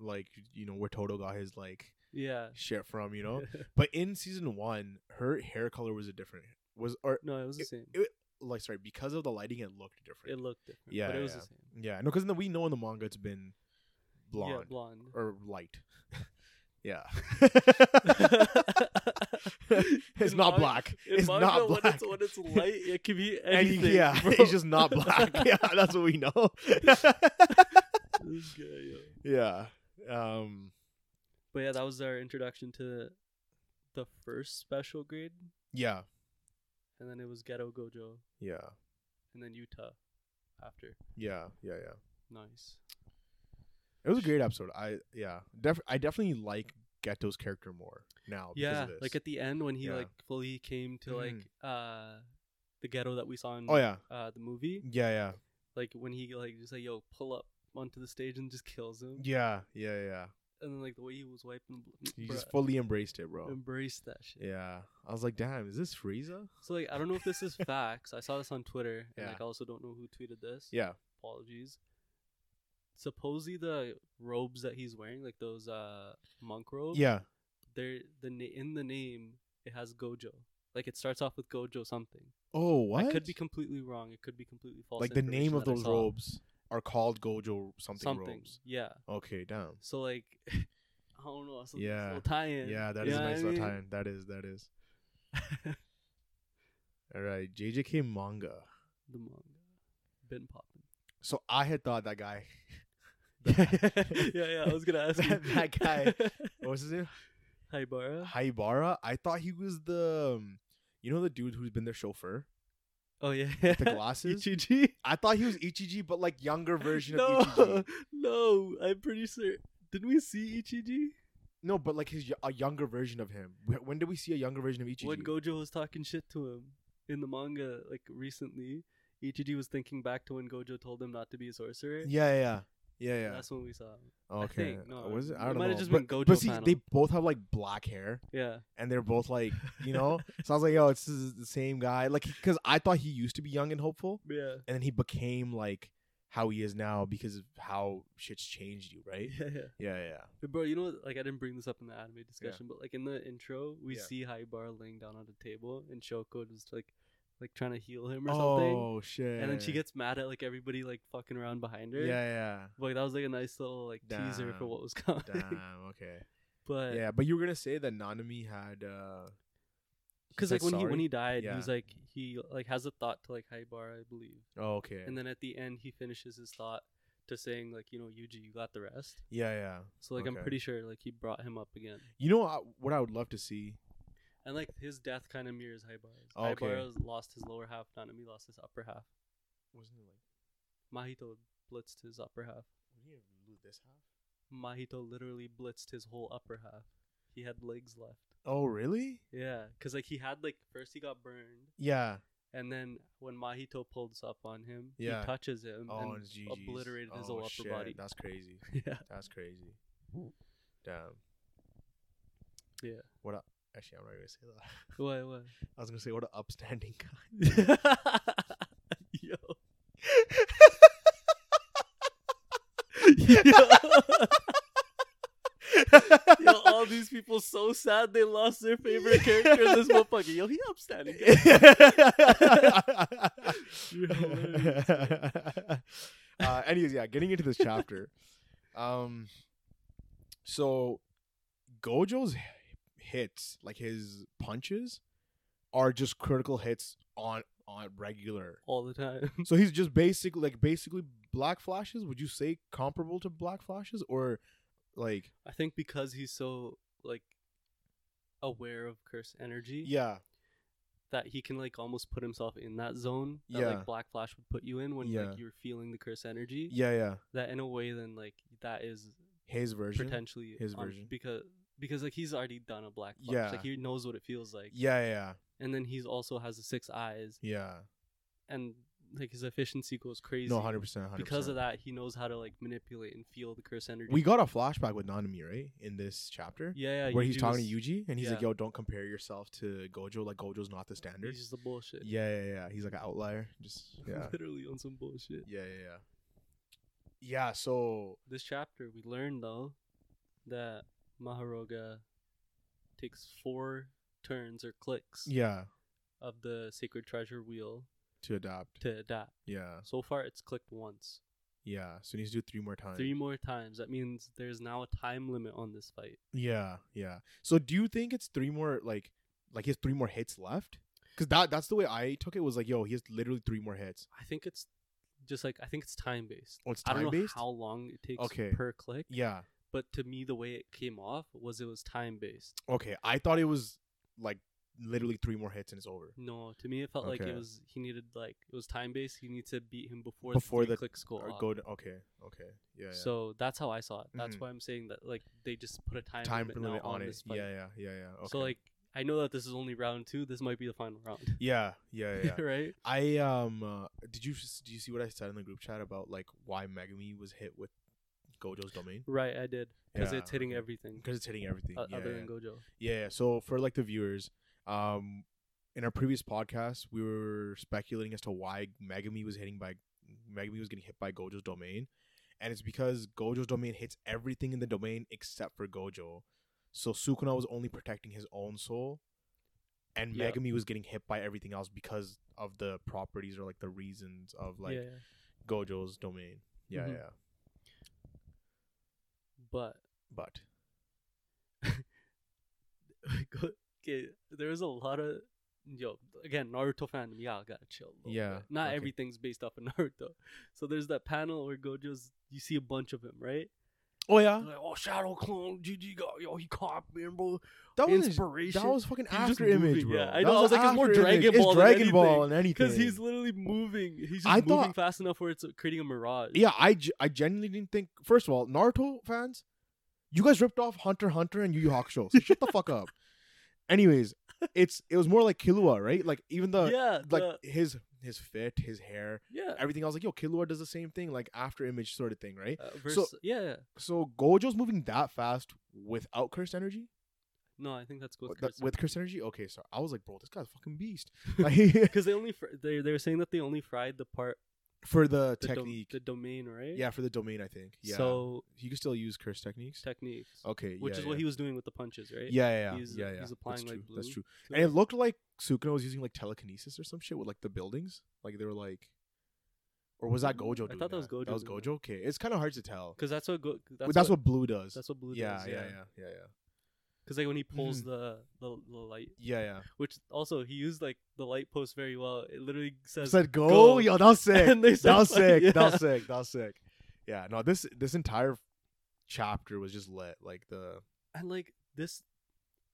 Speaker 1: like you know, where Toto got his like
Speaker 2: Yeah.
Speaker 1: shit from, you know. but in season one, her hair color was a different was or
Speaker 2: no, it was the same.
Speaker 1: it- like sorry because of the lighting, it looked different.
Speaker 2: It looked different.
Speaker 1: Yeah,
Speaker 2: but it was
Speaker 1: yeah.
Speaker 2: the same.
Speaker 1: yeah, no, because we know in the manga it's been blonde.
Speaker 2: Yeah, blonde.
Speaker 1: or light. yeah. it's
Speaker 2: In
Speaker 1: not
Speaker 2: manga-
Speaker 1: black.
Speaker 2: in
Speaker 1: It's
Speaker 2: manga,
Speaker 1: not
Speaker 2: When
Speaker 1: black.
Speaker 2: it's, when it's light, it can be
Speaker 1: And he-
Speaker 2: anything.
Speaker 1: yeah,
Speaker 2: bro.
Speaker 1: it's just not black. yeah, that's what we know.
Speaker 2: This guy, yo.
Speaker 1: yeah. Um
Speaker 2: But yeah, that was our introduction to the first special grade,
Speaker 1: yeah.
Speaker 2: and then it was Ghetto Gojo,
Speaker 1: Yeah.
Speaker 2: and then Utah after.
Speaker 1: Yeah. Yeah. Yeah.
Speaker 2: Nice.
Speaker 1: It was a great episode. I yeah. Def- I definitely like Ghetto's character more now Oh, because
Speaker 2: Yeah,
Speaker 1: of this.
Speaker 2: like at the end when he
Speaker 1: Yeah. Mm-hmm.
Speaker 2: like fully came to like uh the ghetto that we saw in
Speaker 1: Oh yeah.
Speaker 2: uh the movie,
Speaker 1: Yeah, yeah.
Speaker 2: like when he like just like yo pull up onto the stage and just kills him,
Speaker 1: Yeah, yeah, yeah.
Speaker 2: and then like the way he was wiping, bl-
Speaker 1: He
Speaker 2: bruh,
Speaker 1: just fully embraced it, bro.
Speaker 2: embraced that shit.
Speaker 1: Yeah. I was like, "Damn, is this Frieza?"
Speaker 2: So like I don't know if this is facts. I saw this on Twitter, and
Speaker 1: Yeah.
Speaker 2: like I also don't know who tweeted this.
Speaker 1: Yeah.
Speaker 2: Apologies. Supposedly the robes that he's wearing, like those uh monk robes,
Speaker 1: Yeah.
Speaker 2: they're the na- in the name it has Gojo. Like it starts off with Gojo something.
Speaker 1: Oh, what?
Speaker 2: I could be completely wrong. It could be completely false.
Speaker 1: like the name
Speaker 2: information
Speaker 1: of
Speaker 2: that I
Speaker 1: those
Speaker 2: saw.
Speaker 1: robes are called Gojo something,
Speaker 2: Something.
Speaker 1: robes.
Speaker 2: Yeah.
Speaker 1: Okay, damn.
Speaker 2: So like, I don't know. It's a, yeah.
Speaker 1: Yeah.
Speaker 2: Little tie-in.
Speaker 1: Yeah, that
Speaker 2: You
Speaker 1: is
Speaker 2: know
Speaker 1: a
Speaker 2: what
Speaker 1: nice
Speaker 2: I
Speaker 1: little
Speaker 2: mean?
Speaker 1: tie-in. That is that is. All right, JJK manga.
Speaker 2: The manga. Been popping.
Speaker 1: So I had thought that guy.
Speaker 2: yeah, yeah. I was gonna ask
Speaker 1: that,
Speaker 2: you.
Speaker 1: that guy. What was his name?
Speaker 2: Haibara.
Speaker 1: Haibara. I thought he was the, um, you know, the dude who's been their chauffeur.
Speaker 2: Oh yeah. E
Speaker 1: The glasses.
Speaker 2: Ichiji.
Speaker 1: I thought he was Ichiji, but like younger version
Speaker 2: no,
Speaker 1: of Ichiji.
Speaker 2: no, I'm pretty sure. Didn't we see E
Speaker 1: E
Speaker 2: Ichiji?
Speaker 1: No, but like his a younger version of him. Wh- When did we see a younger version of Ichiji?
Speaker 2: When Gojo was talking shit to him in the manga, like recently, Ichiji was thinking back to when Gojo told him not to be a sorcerer.
Speaker 1: yeah, yeah, yeah, yeah.
Speaker 2: That's when we saw him.
Speaker 1: Okay.
Speaker 2: think, no,
Speaker 1: Uh, what is it? I
Speaker 2: it
Speaker 1: don't
Speaker 2: might
Speaker 1: know.
Speaker 2: have just
Speaker 1: but,
Speaker 2: been
Speaker 1: but
Speaker 2: Gojo
Speaker 1: see,
Speaker 2: panel.
Speaker 1: they both have like black hair,
Speaker 2: Yeah.
Speaker 1: and they're both like, you know. so I was like, yo, it's is the same guy. Like, because I thought he used to be young and hopeful,
Speaker 2: Yeah.
Speaker 1: and then he became like how he is now because of how shit's changed you, right?
Speaker 2: Yeah, yeah.
Speaker 1: Yeah, yeah.
Speaker 2: But bro, you know, what, like I didn't bring this up in the anime discussion, but like in the intro, we
Speaker 1: Yeah.
Speaker 2: see Haibara laying down on the table, and Shoko just like, like trying to heal him or something,
Speaker 1: Oh shit.
Speaker 2: and then she gets mad at like everybody like fucking around behind
Speaker 1: Yeah,
Speaker 2: her.
Speaker 1: yeah.
Speaker 2: Like that was like a nice little like teaser for
Speaker 1: Damn.
Speaker 2: what was coming.
Speaker 1: Damn. Okay.
Speaker 2: but
Speaker 1: yeah, but you were gonna say that Nanami had uh
Speaker 2: because
Speaker 1: said
Speaker 2: like when he when
Speaker 1: sorry?
Speaker 2: he died,
Speaker 1: Yeah.
Speaker 2: he's like he like has a thought to like Haibara, I believe,
Speaker 1: Oh, okay.
Speaker 2: and then at the end he finishes his thought to saying like you know Yuji, you got the rest.
Speaker 1: yeah, yeah.
Speaker 2: So
Speaker 1: Okay.
Speaker 2: like I'm pretty sure like he brought him up again,
Speaker 1: You know I, what I would love to see?
Speaker 2: and like his death kind of mirrors Haibara's.
Speaker 1: Oh, okay.
Speaker 2: Haibara lost his lower half, Nanami lost his upper half.
Speaker 1: Wasn't it like
Speaker 2: Mahito blitzed his upper half.
Speaker 1: we didn't lose this half?
Speaker 2: Mahito literally blitzed his whole upper half. He had legs left.
Speaker 1: Oh, really?
Speaker 2: Yeah, because like he had like first he got burned,
Speaker 1: Yeah.
Speaker 2: and then when Mahito pulls up on him,
Speaker 1: Yeah.
Speaker 2: he touches him
Speaker 1: Oh,
Speaker 2: and
Speaker 1: it's GG's.
Speaker 2: obliterated his
Speaker 1: Oh,
Speaker 2: whole upper
Speaker 1: shit.
Speaker 2: body.
Speaker 1: That's crazy.
Speaker 2: yeah,
Speaker 1: That's crazy. Damn.
Speaker 2: yeah.
Speaker 1: What? A, actually, I'm not gonna say that.
Speaker 2: What? What?
Speaker 1: I was gonna say what an upstanding guy.
Speaker 2: Yo. Yo. Yo, all these people so sad they lost their favorite character in this motherfucker. Yo, he upstanding. You're hilarious,
Speaker 1: uh, anyways, yeah, getting into this chapter. Um, so Gojo's h- hits, like his punches, are just critical hits on on regular.
Speaker 2: All the time.
Speaker 1: So he's just basically like basically Black Flashes. Would you say comparable to Black Flashes or like
Speaker 2: I think because he's so like aware of curse energy
Speaker 1: yeah
Speaker 2: that he can like almost put himself in that zone that
Speaker 1: Yeah.
Speaker 2: like Black Flash would put you in when
Speaker 1: Yeah.
Speaker 2: like you're feeling the curse energy.
Speaker 1: yeah yeah
Speaker 2: That in a way then like that is
Speaker 1: his version
Speaker 2: potentially
Speaker 1: His
Speaker 2: on-
Speaker 1: version.
Speaker 2: because because like he's already done a Black Flash.
Speaker 1: Yeah.
Speaker 2: Like he knows what it feels like.
Speaker 1: yeah yeah
Speaker 2: And then he's also has the six eyes
Speaker 1: yeah
Speaker 2: and like his efficiency goes crazy.
Speaker 1: no hundred percent
Speaker 2: Because of that, he knows how to like manipulate and feel the curse energy.
Speaker 1: we got a flashback with Nanami right in this chapter
Speaker 2: yeah, yeah
Speaker 1: where he's
Speaker 2: Yuji
Speaker 1: talking
Speaker 2: was-
Speaker 1: to Yuji and he's like
Speaker 2: yeah.
Speaker 1: yo don't compare yourself to Gojo like Gojo's not the standard
Speaker 2: He's just the bullshit.
Speaker 1: yeah yeah yeah he's like an outlier just yeah
Speaker 2: Literally on some bullshit.
Speaker 1: yeah yeah yeah yeah so
Speaker 2: this chapter we learned though that Maharoga takes four turns or clicks
Speaker 1: yeah
Speaker 2: of the sacred treasure wheel
Speaker 1: to adapt
Speaker 2: to adapt.
Speaker 1: yeah
Speaker 2: So far it's clicked once.
Speaker 1: yeah so he needs to do it three more times
Speaker 2: Three more times. That means there's now a time limit on this fight.
Speaker 1: Yeah, yeah. So do you think it's three more like like he has three more hits left? Because that that's the way I took it was like, yo, he has literally three more hits.
Speaker 2: I think it's just like I think it's time based.
Speaker 1: Oh, it's
Speaker 2: I don't
Speaker 1: time
Speaker 2: know
Speaker 1: based.
Speaker 2: how long it takes
Speaker 1: Okay.
Speaker 2: per click,
Speaker 1: Yeah.
Speaker 2: but to me the way it came off was it was time based.
Speaker 1: Okay. I thought it was like literally three more hits and it's over.
Speaker 2: No, to me it felt like
Speaker 1: Okay.
Speaker 2: it was he needed like it was time based. He needs to beat him before,
Speaker 1: Before
Speaker 2: the three
Speaker 1: the-
Speaker 2: clicks go
Speaker 1: Or
Speaker 2: off.
Speaker 1: go to, okay. Okay. Yeah. yeah.
Speaker 2: uh, So that's how I saw it. That's
Speaker 1: Mhm.
Speaker 2: why I'm saying that like they just put a time,
Speaker 1: time
Speaker 2: limit, now
Speaker 1: limit
Speaker 2: on,
Speaker 1: on it.
Speaker 2: this
Speaker 1: Yeah.
Speaker 2: fight.
Speaker 1: Yeah. Yeah. Yeah. Okay.
Speaker 2: So like I know that this is only round two. This might be the final round,
Speaker 1: Yeah. Yeah. Yeah.
Speaker 2: right?
Speaker 1: I um uh, did you s- do you see what I said in the group chat about like why Megami was hit with Gojo's domain
Speaker 2: Right, I did because
Speaker 1: Yeah,
Speaker 2: it's hitting
Speaker 1: okay.
Speaker 2: everything
Speaker 1: because it's hitting everything
Speaker 2: uh,
Speaker 1: yeah,
Speaker 2: other
Speaker 1: yeah.
Speaker 2: than Gojo.
Speaker 1: Yeah, so for like the viewers, um in our previous podcast, we were speculating as to why Megami was hitting by Megami was getting hit by Gojo's domain. And it's because Gojo's domain hits everything in the domain except for Gojo. So Sukuna was only protecting his own soul. And
Speaker 2: Yeah.
Speaker 1: Megami was getting hit by everything else because of the properties or like the reasons of like
Speaker 2: yeah,
Speaker 1: Gojo's domain. Yeah,
Speaker 2: Mhm.
Speaker 1: yeah.
Speaker 2: but
Speaker 1: But
Speaker 2: okay, there was a lot of yo again Naruto fandom. Yeah, I gotta chill. a little
Speaker 1: Yeah,
Speaker 2: bit. not
Speaker 1: okay.
Speaker 2: everything's based off of Naruto. So there's that panel where Gojo's. You see a bunch of him, right?
Speaker 1: Oh yeah.
Speaker 2: Like, oh, Shadow Clone, GG, got yo, he caught me, bro.
Speaker 1: That was
Speaker 2: Inspiration.
Speaker 1: that was fucking
Speaker 2: He was just
Speaker 1: after image,
Speaker 2: moving,
Speaker 1: bro.
Speaker 2: yeah. I
Speaker 1: That
Speaker 2: know, I was like, it's more
Speaker 1: after
Speaker 2: Dragon
Speaker 1: image.
Speaker 2: Ball
Speaker 1: It's
Speaker 2: than
Speaker 1: Dragon Ball
Speaker 2: anything.
Speaker 1: and anything.
Speaker 2: Because he's literally moving. He's just
Speaker 1: I
Speaker 2: moving
Speaker 1: thought-
Speaker 2: fast enough where it's creating a mirage.
Speaker 1: yeah, I, ge- I genuinely didn't think. First of all, Naruto fans, you guys ripped off Hunter x Hunter and Yu Yu Hakusho. So shut the fuck up. Anyways, it's it was more like Killua, right? Like even the
Speaker 2: yeah,
Speaker 1: like
Speaker 2: the-
Speaker 1: his his fit, his hair,
Speaker 2: yeah.
Speaker 1: everything else. Like yo, Killua does the same thing, like after image sort of thing, right?
Speaker 2: Uh, versus, yeah,
Speaker 1: So Gojo's moving that fast without cursed energy.
Speaker 2: no, I think that's good.
Speaker 1: With, that, with cursed energy, okay. So I was like, bro, this guy's a fucking beast. Like,
Speaker 2: because they only fr- they they were saying that they only fried the part
Speaker 1: for the,
Speaker 2: the, dom-
Speaker 1: technique,
Speaker 2: the domain right.
Speaker 1: yeah, for the domain, I think. Yeah,
Speaker 2: So
Speaker 1: you can still use curse techniques.
Speaker 2: techniques,
Speaker 1: Okay,
Speaker 2: which
Speaker 1: yeah,
Speaker 2: is
Speaker 1: yeah.
Speaker 2: what he was doing with the punches, right?
Speaker 1: Yeah, yeah, yeah.
Speaker 2: He's-
Speaker 1: yeah,
Speaker 2: he's
Speaker 1: yeah.
Speaker 2: applying,
Speaker 1: That's
Speaker 2: like,
Speaker 1: true. That's
Speaker 2: blue
Speaker 1: true.
Speaker 2: to
Speaker 1: And it
Speaker 2: the-
Speaker 1: looked like Sukuna was using like telekinesis or some shit with like the buildings. Like they were like, or was that Gojo?
Speaker 2: Mm-hmm. I
Speaker 1: doing
Speaker 2: thought that was Gojo
Speaker 1: That was
Speaker 2: doing
Speaker 1: Gojo.
Speaker 2: that.
Speaker 1: Okay, it's kind of hard to tell.
Speaker 2: Because that's what go- that's,
Speaker 1: But that's what, Blue does.
Speaker 2: that's what blue
Speaker 1: yeah, Mm.
Speaker 2: does.
Speaker 1: yeah, yeah, yeah, yeah.
Speaker 2: because like when he pulls the, the the light,
Speaker 1: Yeah, yeah.
Speaker 2: which also he used like the light post very well. It literally says
Speaker 1: Said go,
Speaker 2: go.
Speaker 1: yo, that was sick.
Speaker 2: and they said
Speaker 1: that was
Speaker 2: fucking-
Speaker 1: sick. That
Speaker 2: yeah.
Speaker 1: was sick. That was sick. Yeah, no, this this entire chapter was just lit. Like the
Speaker 2: and like this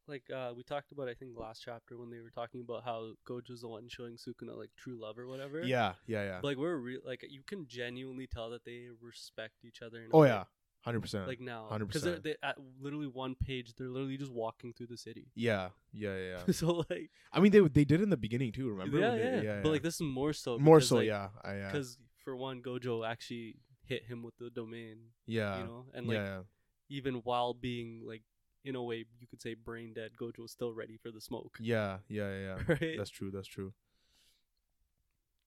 Speaker 2: like uh we talked about i think last chapter when they were talking about how gojo's the one showing sukuna like true love or whatever
Speaker 1: yeah, yeah, yeah.
Speaker 2: like we're real like you can genuinely tell that they respect each other in a
Speaker 1: oh
Speaker 2: way.
Speaker 1: yeah, hundred percent.
Speaker 2: like now
Speaker 1: 100%.
Speaker 2: they're they, at literally one page they're literally just walking through the city
Speaker 1: Yeah, yeah, yeah. yeah.
Speaker 2: so like
Speaker 1: I mean, they they did it in the beginning too. Remember?
Speaker 2: yeah,
Speaker 1: When they-
Speaker 2: yeah but like this is more so
Speaker 1: more
Speaker 2: because,
Speaker 1: so.
Speaker 2: like,
Speaker 1: yeah, I, yeah,
Speaker 2: because for one gojo actually hit him with the domain
Speaker 1: yeah,
Speaker 2: you know and like
Speaker 1: yeah,
Speaker 2: even while being like in a way you could say brain dead gojo was still ready for the smoke
Speaker 1: yeah, yeah, yeah. yeah.
Speaker 2: right
Speaker 1: That's true. That's true.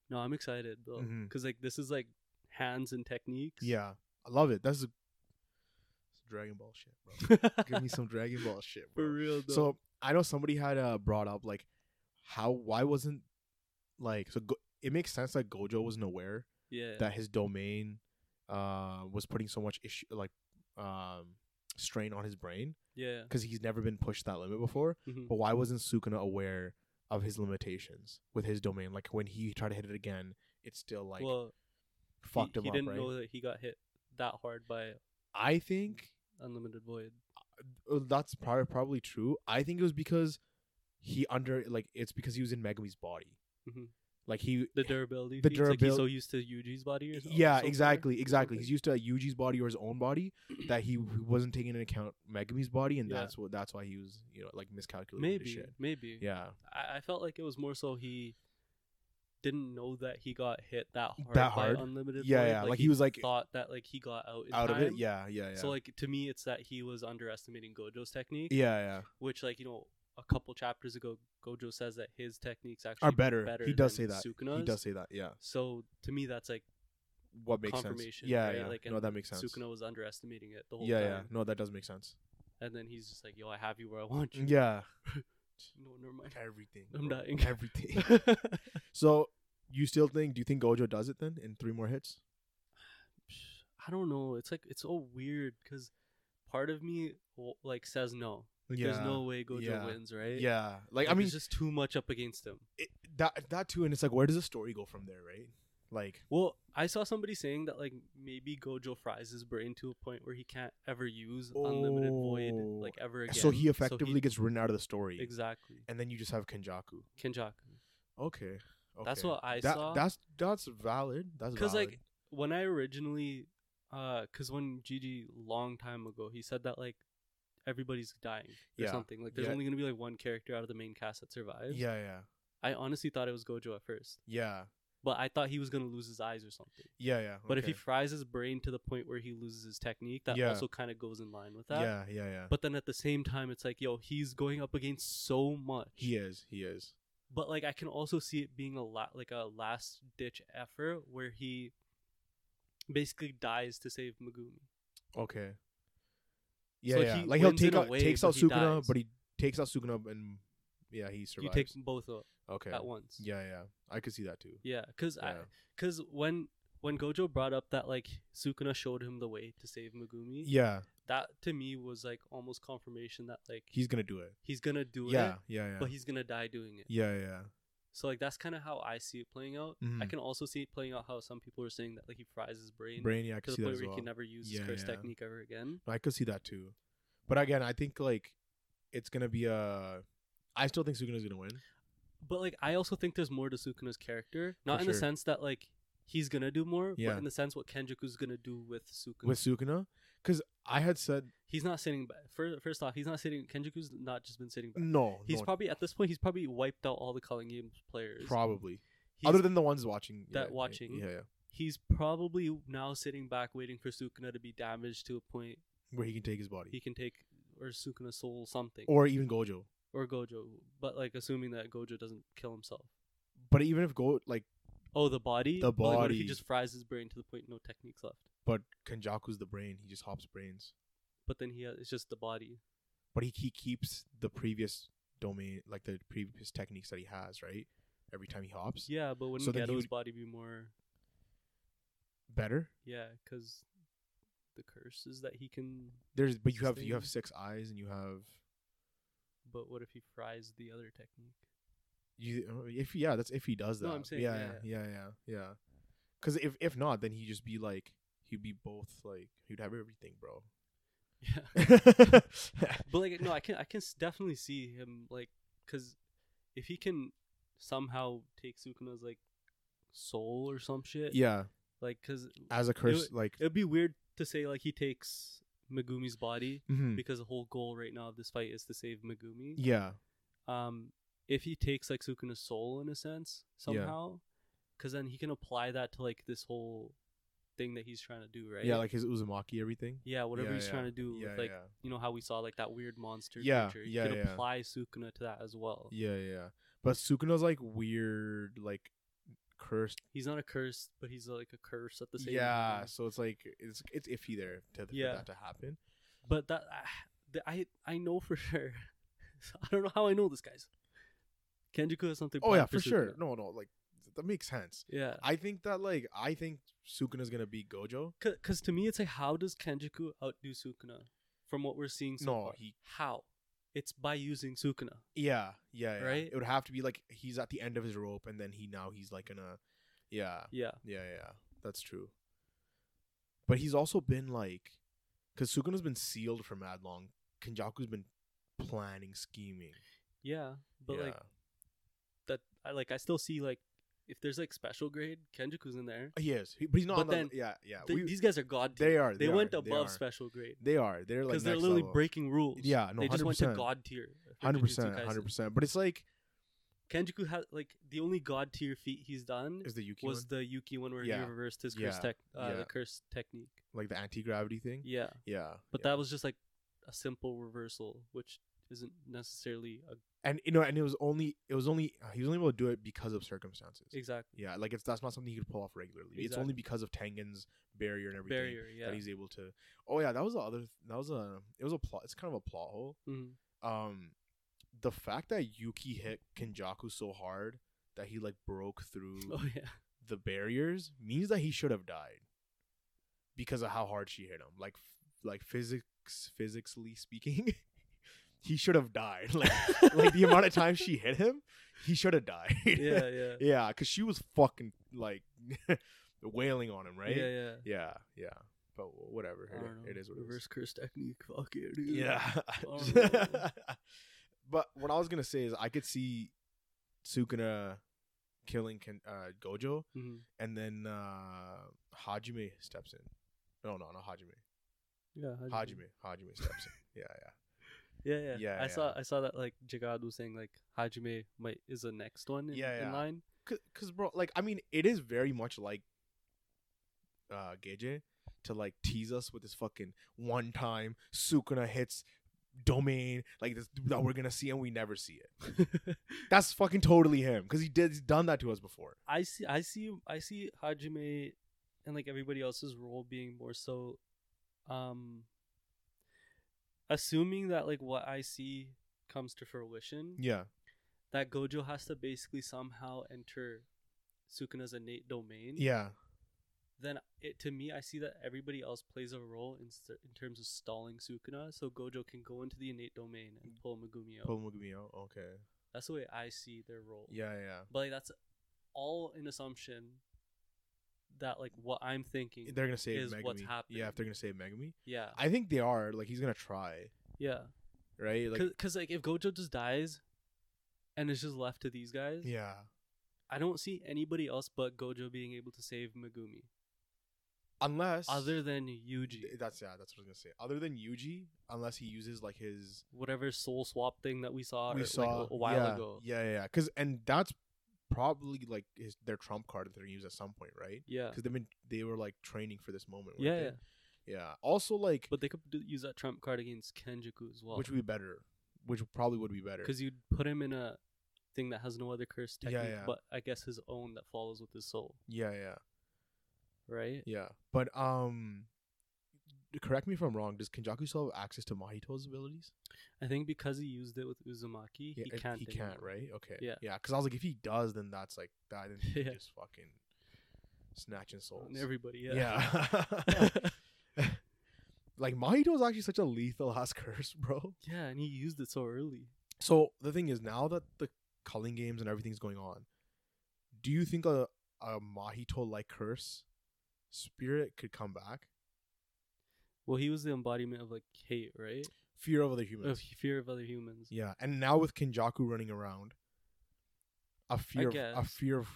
Speaker 2: No, I'm excited though,
Speaker 1: Mhm.
Speaker 2: because like this is like hands and techniques.
Speaker 1: Yeah, I love it. That's a, it's Dragon Ball shit, bro. Give me some Dragon Ball shit,
Speaker 2: for
Speaker 1: bro.
Speaker 2: real. Though.
Speaker 1: So I know somebody had uh, brought up like how why wasn't like so go- it makes sense that Gojo wasn't aware
Speaker 2: yeah,
Speaker 1: that his domain uh was putting so much issue like um strain on his brain
Speaker 2: yeah,
Speaker 1: because he's never been pushed that limit before.
Speaker 2: Mhm.
Speaker 1: But why wasn't Sukuna aware of his limitations with his domain? Like when he tried to hit it again, it still like
Speaker 2: well, he-
Speaker 1: fucked
Speaker 2: he,
Speaker 1: him up,
Speaker 2: didn't
Speaker 1: right?
Speaker 2: know that he got hit that hard by
Speaker 1: I think
Speaker 2: unlimited void.
Speaker 1: uh, that's probably probably true. I think it was because he under like it's because he was in Megami's body.
Speaker 2: Mhm.
Speaker 1: Like he
Speaker 2: The durability.
Speaker 1: The
Speaker 2: feats, like, he's
Speaker 1: durabil-
Speaker 2: so used to Yuji's body. Or something,
Speaker 1: Yeah,
Speaker 2: so far.
Speaker 1: exactly, exactly.
Speaker 2: Okay.
Speaker 1: He's used to Yuji's body or his own body that he w- wasn't taking into account Megami's body, and
Speaker 2: Yeah.
Speaker 1: that's what that's why he was you know like miscalculating
Speaker 2: Maybe,
Speaker 1: Maybe. shit.
Speaker 2: maybe.
Speaker 1: Yeah,
Speaker 2: I, I felt like it was more so he didn't know that he got hit that hard.
Speaker 1: That
Speaker 2: by
Speaker 1: hard?
Speaker 2: Unlimited.
Speaker 1: Yeah,
Speaker 2: void.
Speaker 1: yeah, like, he was, like,
Speaker 2: thought that like he got out in
Speaker 1: out of it.
Speaker 2: time.
Speaker 1: Yeah, yeah, yeah.
Speaker 2: So like to me, it's that he was underestimating Gojo's technique.
Speaker 1: yeah, yeah.
Speaker 2: which like you know a couple chapters ago gojo says that his techniques actually
Speaker 1: Are better. He does say
Speaker 2: than
Speaker 1: that. He
Speaker 2: Sukuna's.
Speaker 1: does say that. Yeah.
Speaker 2: so to me that's like
Speaker 1: What makes sense?
Speaker 2: confirmation
Speaker 1: Yeah,
Speaker 2: right?
Speaker 1: yeah.
Speaker 2: like
Speaker 1: no,
Speaker 2: and
Speaker 1: that makes sense.
Speaker 2: Sukuna was underestimating it the whole
Speaker 1: yeah,
Speaker 2: time
Speaker 1: yeah. No, that does make sense.
Speaker 2: and then he's just like yo i have you where i want you
Speaker 1: Yeah.
Speaker 2: no never mind
Speaker 1: Everything.
Speaker 2: I'm
Speaker 1: bro.
Speaker 2: dying.
Speaker 1: Everything. so, you still think? Do you think Gojo does it then in three more hits?
Speaker 2: i don't know it's like it's so weird because part of me w- like says no like there's
Speaker 1: Yeah,
Speaker 2: no way gojo
Speaker 1: yeah,
Speaker 2: wins right
Speaker 1: Yeah. Like,
Speaker 2: like,
Speaker 1: I mean,
Speaker 2: it's just too much up against him
Speaker 1: it, that that too, and it's like, where does the story go from there, right? Like.
Speaker 2: well, I saw somebody saying that like maybe Gojo fries his brain to a point where he can't ever use unlimited void
Speaker 1: Oh.
Speaker 2: like ever again.
Speaker 1: So he effectively gets written out of the story,
Speaker 2: exactly
Speaker 1: and then you just have Kenjaku.
Speaker 2: Kenjaku.
Speaker 1: Okay,
Speaker 2: That's what I
Speaker 1: that,
Speaker 2: saw.
Speaker 1: That's that's valid. That's
Speaker 2: Because
Speaker 1: because
Speaker 2: like when I originally, uh, because when Gigi long time ago he said that like everybody's dying or
Speaker 1: Yeah.
Speaker 2: something. Like there's
Speaker 1: Yeah.
Speaker 2: only gonna be like one character out of the main cast that survives.
Speaker 1: yeah, yeah,
Speaker 2: I honestly thought it was Gojo at first,
Speaker 1: yeah,
Speaker 2: but I thought he was gonna lose his eyes or something.
Speaker 1: yeah, yeah.
Speaker 2: But if he
Speaker 1: okay.
Speaker 2: fries his brain to the point where he loses his technique, that
Speaker 1: Yeah.
Speaker 2: also kind of goes in line with that.
Speaker 1: yeah, yeah, yeah,
Speaker 2: But then at the same time, it's like, yo, he's going up against so much.
Speaker 1: he is, he is.
Speaker 2: But like, I can also see it being a lot like a last ditch effort where he basically dies to save Megumi.
Speaker 1: Okay. Yeah,
Speaker 2: So
Speaker 1: yeah.
Speaker 2: he
Speaker 1: like he'll
Speaker 2: wins in
Speaker 1: take
Speaker 2: a
Speaker 1: out
Speaker 2: way,
Speaker 1: takes
Speaker 2: but
Speaker 1: out
Speaker 2: he
Speaker 1: Sukuna,
Speaker 2: dies.
Speaker 1: but he takes out Sukuna, and yeah, he
Speaker 2: You
Speaker 1: survives.
Speaker 2: take them both out
Speaker 1: okay.
Speaker 2: at once.
Speaker 1: Yeah, yeah. I could see that too.
Speaker 2: yeah. Because
Speaker 1: Yeah.
Speaker 2: because when when Gojo brought up that like Sukuna showed him the way to save Megumi,
Speaker 1: Yeah,
Speaker 2: that to me was like almost confirmation that like
Speaker 1: he's gonna do it.
Speaker 2: he's gonna do
Speaker 1: yeah,
Speaker 2: it,
Speaker 1: yeah, yeah,
Speaker 2: but he's gonna die doing it.
Speaker 1: yeah, yeah.
Speaker 2: So like that's kind of how I see it playing out. I
Speaker 1: Mhm.
Speaker 2: can also see it playing out how some people are saying that like he fries his brain.
Speaker 1: Brainy, I could
Speaker 2: to
Speaker 1: see
Speaker 2: the
Speaker 1: that
Speaker 2: point
Speaker 1: as
Speaker 2: where
Speaker 1: well.
Speaker 2: he can never use
Speaker 1: Yeah,
Speaker 2: his curse
Speaker 1: yeah.
Speaker 2: technique ever again.
Speaker 1: I could see that too. But again, I think like it's gonna be a. I still think Sukuna's gonna win.
Speaker 2: But like, I also think there's more to Sukuna's character, not in the
Speaker 1: sure.
Speaker 2: sense that like he's gonna do more,
Speaker 1: Yeah.
Speaker 2: but in the sense what Kenjaku's gonna do with Sukuna.
Speaker 1: with Sukuna because I had said
Speaker 2: he's not sitting back. First, first off, he's not sitting. Kenjaku's not just been sitting back.
Speaker 1: no.
Speaker 2: He's
Speaker 1: no,
Speaker 2: probably at this point he's probably wiped out all the calling games players.
Speaker 1: probably
Speaker 2: He's-
Speaker 1: other than the ones watching
Speaker 2: that
Speaker 1: yeah, yeah,
Speaker 2: watching.
Speaker 1: Yeah, yeah,
Speaker 2: he's probably now sitting back waiting for Sukuna to be damaged to a point
Speaker 1: where he can take his body
Speaker 2: he can take or Sukuna's soul something
Speaker 1: or even Gojo.
Speaker 2: or Gojo. But like assuming that Gojo doesn't kill himself.
Speaker 1: But even if Go like,
Speaker 2: Oh, the body.
Speaker 1: The
Speaker 2: But, like, what if he
Speaker 1: body.
Speaker 2: just fries his brain to the point no techniques left?
Speaker 1: but Kenjaku's the brain. He just hops brains.
Speaker 2: But then he has, it's just the body.
Speaker 1: But he, he keeps the previous domain, like the previous techniques that he has, right? Every time he hops,
Speaker 2: Yeah, but wouldn't
Speaker 1: So then he
Speaker 2: Geto's
Speaker 1: would-
Speaker 2: body be more?
Speaker 1: better.
Speaker 2: Yeah, because the curse is that he can.
Speaker 1: There's but you have you
Speaker 2: Interesting.
Speaker 1: have six eyes and you have
Speaker 2: but what if he fries the other technique?
Speaker 1: You if yeah, that's if he does that.
Speaker 2: No, I'm saying,
Speaker 1: yeah,
Speaker 2: yeah,
Speaker 1: yeah, yeah, yeah. Because if if not, then he'd just be like he'd be both like he'd have everything, bro.
Speaker 2: Yeah. But like no, I can I can s- definitely see him like because if he can somehow take Sukuna's like soul or some shit,
Speaker 1: yeah,
Speaker 2: like because
Speaker 1: as a curse, like
Speaker 2: it'd be weird to say like he takes Megumi's body
Speaker 1: mhm,
Speaker 2: because the whole goal right now of this fight is to save Megumi.
Speaker 1: yeah,
Speaker 2: Um, if he takes like Sukuna's soul in a sense somehow, because then he can apply that to like this whole thing that he's trying to do, right?
Speaker 1: yeah, like his Uzumaki, everything.
Speaker 2: yeah, whatever
Speaker 1: Yeah,
Speaker 2: he's
Speaker 1: yeah.
Speaker 2: trying to do,
Speaker 1: Yeah,
Speaker 2: with, like
Speaker 1: yeah.
Speaker 2: you know how we saw like that weird monster
Speaker 1: Yeah,
Speaker 2: creature. You
Speaker 1: yeah,
Speaker 2: could
Speaker 1: yeah.
Speaker 2: apply Sukuna to that as well.
Speaker 1: Yeah, yeah. But Sukuna's like weird, like cursed.
Speaker 2: He's not a curse, but he's like a curse at the same
Speaker 1: Yeah,
Speaker 2: time.
Speaker 1: so it's like it's it's iffy there to, for
Speaker 2: Yeah.
Speaker 1: that to happen.
Speaker 2: But that ah, the- I I know for sure. I don't know how I know this guy's. Kenjiku has something.
Speaker 1: Oh yeah,
Speaker 2: planned
Speaker 1: for sure.
Speaker 2: Sukuna.
Speaker 1: No, no, like that makes sense.
Speaker 2: Yeah.
Speaker 1: I think that like I think Sukuna's gonna beat Gojo.
Speaker 2: Because to me, it's like, how does Kenjiku outdo Sukuna from what we're seeing so
Speaker 1: No,
Speaker 2: far?
Speaker 1: he-
Speaker 2: How? It's by using Sukuna.
Speaker 1: Yeah, yeah, yeah.
Speaker 2: Right?
Speaker 1: It would have to be like he's at the end of his rope, and then he now he's like gonna, yeah,
Speaker 2: Yeah.
Speaker 1: yeah, yeah. That's true. But he's also been like, because Sukuna's been sealed for mad long. Kenjaku's been planning, scheming.
Speaker 2: Yeah. But
Speaker 1: yeah.
Speaker 2: like that, I like. I still see like, if there's like special grade, Kenjiku's in there.
Speaker 1: he is, he, but he's not.
Speaker 2: But
Speaker 1: on the-
Speaker 2: then
Speaker 1: yeah, yeah.
Speaker 2: Th-
Speaker 1: we-
Speaker 2: these guys are god. tier.
Speaker 1: they are.
Speaker 2: They, went
Speaker 1: are,
Speaker 2: above
Speaker 1: are.
Speaker 2: special grade
Speaker 1: They are. They're like
Speaker 2: because they're
Speaker 1: next
Speaker 2: literally
Speaker 1: level.
Speaker 2: breaking rules.
Speaker 1: Yeah, no,
Speaker 2: they just went to
Speaker 1: 100%.
Speaker 2: god tier. for
Speaker 1: Hundred percent,
Speaker 2: Jujutsu Kaisen.
Speaker 1: hundred percent. But it's like
Speaker 2: Kenjiku had like the only god tier feat he's done
Speaker 1: is the Yuki
Speaker 2: was
Speaker 1: one?
Speaker 2: the Yuki one where he
Speaker 1: Yeah.
Speaker 2: reversed his curse
Speaker 1: Yeah.
Speaker 2: tech, uh,
Speaker 1: Yeah.
Speaker 2: the curse technique.
Speaker 1: like the anti gravity thing.
Speaker 2: Yeah.
Speaker 1: Yeah,
Speaker 2: But
Speaker 1: yeah.
Speaker 2: that was just like a simple reversal, which isn't necessarily a,
Speaker 1: and you know, and it was only it was only he was only able to do it because of circumstances.
Speaker 2: exactly
Speaker 1: Yeah, like it's that's not something he could pull off regularly. It's only because of Tengen's barrier and everything
Speaker 2: barrier. Yeah.
Speaker 1: that he's able to. Oh yeah, that was the other. th- That was a. It was a plot. It's kind of a plot hole.
Speaker 2: Mhm.
Speaker 1: Um, the fact that Yuki hit Kenjaku so hard that he like broke through
Speaker 2: Oh yeah.
Speaker 1: the barriers means that he should have died because of how hard she hit him. Like, f- like physics, physically speaking, he should have died. Like, like the amount of time she hit him, he should have died.
Speaker 2: yeah, yeah.
Speaker 1: Yeah, because she was fucking like wailing on him, right?
Speaker 2: Yeah,
Speaker 1: Yeah,
Speaker 2: yeah.
Speaker 1: yeah. But wh- whatever,
Speaker 2: I don't know.
Speaker 1: it, it is what it
Speaker 2: Reverse
Speaker 1: is.
Speaker 2: curse technique. Fuck it, dude.
Speaker 1: Yeah.
Speaker 2: don't know.
Speaker 1: but what I was gonna say is I could see Sukuna killing Ken, uh, Gojo,
Speaker 2: Mhm.
Speaker 1: and then uh, Hajime steps in. No, no, not Hajime.
Speaker 2: Yeah. Hajime.
Speaker 1: Hajime, Hajime steps in. Yeah, yeah.
Speaker 2: Yeah, yeah.
Speaker 1: Yeah,
Speaker 2: I
Speaker 1: yeah.
Speaker 2: saw I saw that like Jagad was saying like Hajime might is the next one in,
Speaker 1: Yeah,
Speaker 2: in
Speaker 1: yeah.
Speaker 2: line.
Speaker 1: Cause, cause, bro, like, I mean, it is very much like uh, Geje to like tease us with this fucking one time Sukuna hits domain like this that we're gonna see and we never see it. That's fucking totally him because he did he's done that to us before.
Speaker 2: I see I see I see Hajime and like everybody else's role being more so um assuming that like what I see comes to fruition.
Speaker 1: Yeah,
Speaker 2: that Gojo has to basically somehow enter Sukuna's innate domain,
Speaker 1: yeah,
Speaker 2: then it to me I see that everybody else plays a role in st- in terms of stalling Sukuna, so Gojo can go into the innate domain and pull Megumi out.
Speaker 1: Mm. Pull Megumi out. Okay.
Speaker 2: That's the way I see their role.
Speaker 1: Yeah, yeah.
Speaker 2: but like that's all an assumption that like what I'm thinking.
Speaker 1: They're gonna save
Speaker 2: Is
Speaker 1: Megumi.
Speaker 2: what's
Speaker 1: Yeah,
Speaker 2: happening.
Speaker 1: if they're gonna save Megumi,
Speaker 2: yeah,
Speaker 1: I think they are. Like he's gonna try,
Speaker 2: yeah,
Speaker 1: right? Like,
Speaker 2: because like if Gojo just dies, and it's just left to these guys,
Speaker 1: yeah,
Speaker 2: I don't see anybody else but Gojo being able to save Megumi,
Speaker 1: unless
Speaker 2: other than Yuji.
Speaker 1: Th- That's yeah, that's what I was gonna say. Other than Yuji, unless he uses like his
Speaker 2: whatever soul swap thing that we saw,
Speaker 1: we
Speaker 2: or,
Speaker 1: saw
Speaker 2: like, a- a while
Speaker 1: yeah,
Speaker 2: ago.
Speaker 1: Yeah, yeah, because and that's probably like his their trump card that they're gonna use at some point, right?
Speaker 2: Yeah,
Speaker 1: Because they've been they were like training for this moment. weren't
Speaker 2: yeah,
Speaker 1: they?
Speaker 2: yeah.
Speaker 1: yeah. Also, like
Speaker 2: But they could do, use that trump card against Kenjaku as well,
Speaker 1: which would be better, which probably would be better.
Speaker 2: because you'd put him in a thing that has no other curse
Speaker 1: Yeah,
Speaker 2: technique,
Speaker 1: yeah.
Speaker 2: but I guess his own that follows with his soul,
Speaker 1: Yeah, yeah,
Speaker 2: right?
Speaker 1: yeah. But um, correct me if I'm wrong. Does Kenjaku still have access to Mahito's abilities?
Speaker 2: I think because he used it with Uzumaki, he
Speaker 1: if-
Speaker 2: can't.
Speaker 1: He
Speaker 2: anymore.
Speaker 1: can't, right? Okay.
Speaker 2: Yeah.
Speaker 1: Yeah. Because I was like, if he does, then that's like that. Then he's
Speaker 2: Yeah.
Speaker 1: just fucking snatching souls.
Speaker 2: And everybody, yeah.
Speaker 1: Yeah. like Mahito's actually such a lethal ass curse, bro.
Speaker 2: Yeah, and he used it so early.
Speaker 1: So the thing is, now that the culling games and everything's going on, do you think a a Mahito like curse spirit could come back?
Speaker 2: Well, he was the embodiment of like hate, right?
Speaker 1: Fear of other humans.
Speaker 2: Of fear of other humans.
Speaker 1: Yeah, and now with Kenjaku running around, a fear of, a
Speaker 2: guess.
Speaker 1: fear of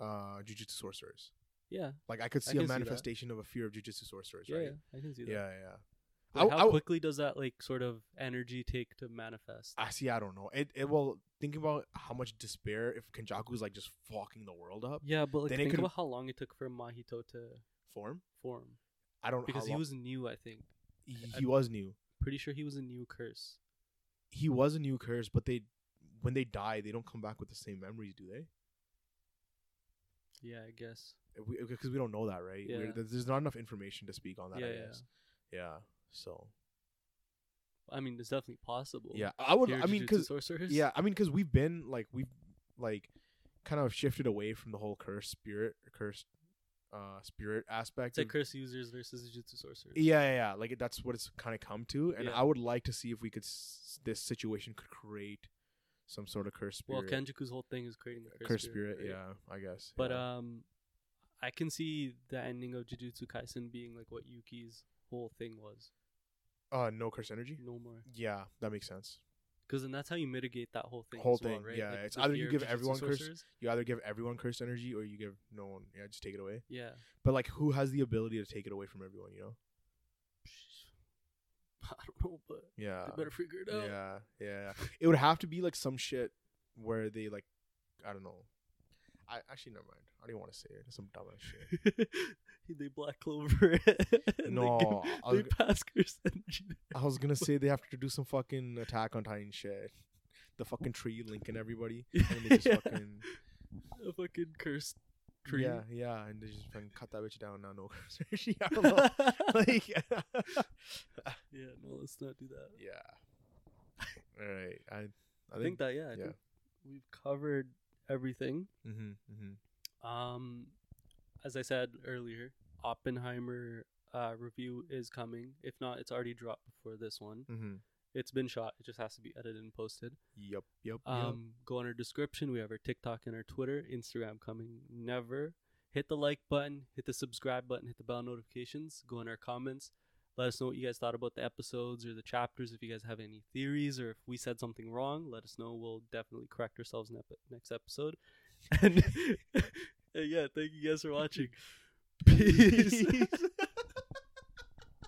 Speaker 1: uh jujitsu sorcerers.
Speaker 2: Yeah,
Speaker 1: Like I could
Speaker 2: I
Speaker 1: see a
Speaker 2: can see that.
Speaker 1: manifestation of a fear of jujitsu sorcerers,
Speaker 2: yeah,
Speaker 1: right?
Speaker 2: yeah, I can see that.
Speaker 1: Yeah, yeah.
Speaker 2: Like,
Speaker 1: I-
Speaker 2: how
Speaker 1: I w-
Speaker 2: quickly does that like sort of energy take to manifest?
Speaker 1: I see. I don't know. It it will think about how much despair if Kenjaku's like just fucking the world up
Speaker 2: yeah, but like
Speaker 1: then it
Speaker 2: think
Speaker 1: could-
Speaker 2: about how long it took for Mahito to
Speaker 1: form.
Speaker 2: form
Speaker 1: I don't
Speaker 2: because
Speaker 1: how
Speaker 2: he
Speaker 1: long-
Speaker 2: was new. I think
Speaker 1: he was new.
Speaker 2: pretty sure he was a new curse.
Speaker 1: He was a new curse, but they when they die, they don't come back with the same memories, do they?
Speaker 2: Yeah, I guess.
Speaker 1: Because we, don't know that, right? We're-
Speaker 2: Yeah.
Speaker 1: there's not enough information to speak on that. I
Speaker 2: Yeah, yeah.
Speaker 1: guess. Yeah. So
Speaker 2: I mean, it's definitely possible.
Speaker 1: yeah, I would.
Speaker 2: Here,
Speaker 1: I mean,
Speaker 2: Jujutsu
Speaker 1: because
Speaker 2: sorcerers.
Speaker 1: yeah, I mean, because we've been like we've like kind of shifted away from the whole curse spirit, cursed uh spirit aspect.
Speaker 2: it's like
Speaker 1: of-
Speaker 2: curse users versus Jujutsu sorcerers.
Speaker 1: Yeah, yeah, yeah. Like that's what it's kind of come to, and
Speaker 2: Yeah.
Speaker 1: I would like to see if we could s- this situation could create some sort of curse
Speaker 2: Well,
Speaker 1: spirit.
Speaker 2: Kenjaku's whole thing is creating the
Speaker 1: curse,
Speaker 2: curse,
Speaker 1: spirit,
Speaker 2: right?
Speaker 1: yeah, I guess.
Speaker 2: But
Speaker 1: yeah.
Speaker 2: um, I can see the ending of Jujutsu Kaisen being like what Yuki's whole thing was.
Speaker 1: uh, no curse energy.
Speaker 2: No more,
Speaker 1: Yeah, that makes sense.
Speaker 2: because then that's how you mitigate that whole thing.
Speaker 1: Whole
Speaker 2: as well,
Speaker 1: thing,
Speaker 2: right?
Speaker 1: yeah,
Speaker 2: Like,
Speaker 1: it's
Speaker 2: the
Speaker 1: either
Speaker 2: fear
Speaker 1: you
Speaker 2: of
Speaker 1: give
Speaker 2: Jujutsu
Speaker 1: everyone curse-
Speaker 2: sorcerers?
Speaker 1: You either give everyone curse energy or you give no one. Yeah, just take it away.
Speaker 2: Yeah.
Speaker 1: But like, who has the ability to take it away from everyone? You know?
Speaker 2: I don't know, but
Speaker 1: Yeah.
Speaker 2: they better figure it out.
Speaker 1: Yeah, yeah. It would have to be like some shit where they like, I don't know. I actually never mind. I don't want to say it. It's some dumb ass shit.
Speaker 2: they black clover. it, and
Speaker 1: No,
Speaker 2: they, give,
Speaker 1: I
Speaker 2: they
Speaker 1: was g-
Speaker 2: pass curse energy.
Speaker 1: I was gonna say they have to do some fucking attack on Titan shit. The fucking tree linking everybody, and they just
Speaker 2: Yeah.
Speaker 1: fucking
Speaker 2: A fucking cursed tree.
Speaker 1: yeah, yeah, and they just fucking cut that bitch down. Now no, She- I don't know. like,
Speaker 2: yeah, no, let's not do that.
Speaker 1: yeah. All right, I, I
Speaker 2: I think
Speaker 1: think,
Speaker 2: that yeah, I
Speaker 1: yeah.
Speaker 2: think we've covered everything.
Speaker 1: hmm hmm
Speaker 2: Um, as I said earlier, Oppenheimer uh, review is coming. If not, it's already dropped before this one.
Speaker 1: hmm
Speaker 2: It's been shot. It just has to be edited and posted.
Speaker 1: Yep, yep, yep.
Speaker 2: Um, go on our description. We have our TikTok and our Twitter, Instagram coming never. Hit the like button, hit the subscribe button, hit the bell notifications. Go in our comments. Let us know what you guys thought about the episodes or the chapters. If you guys have any theories or if we said something wrong, let us know. We'll definitely correct ourselves in the next episode. And, and yeah, thank you guys for watching. Peace.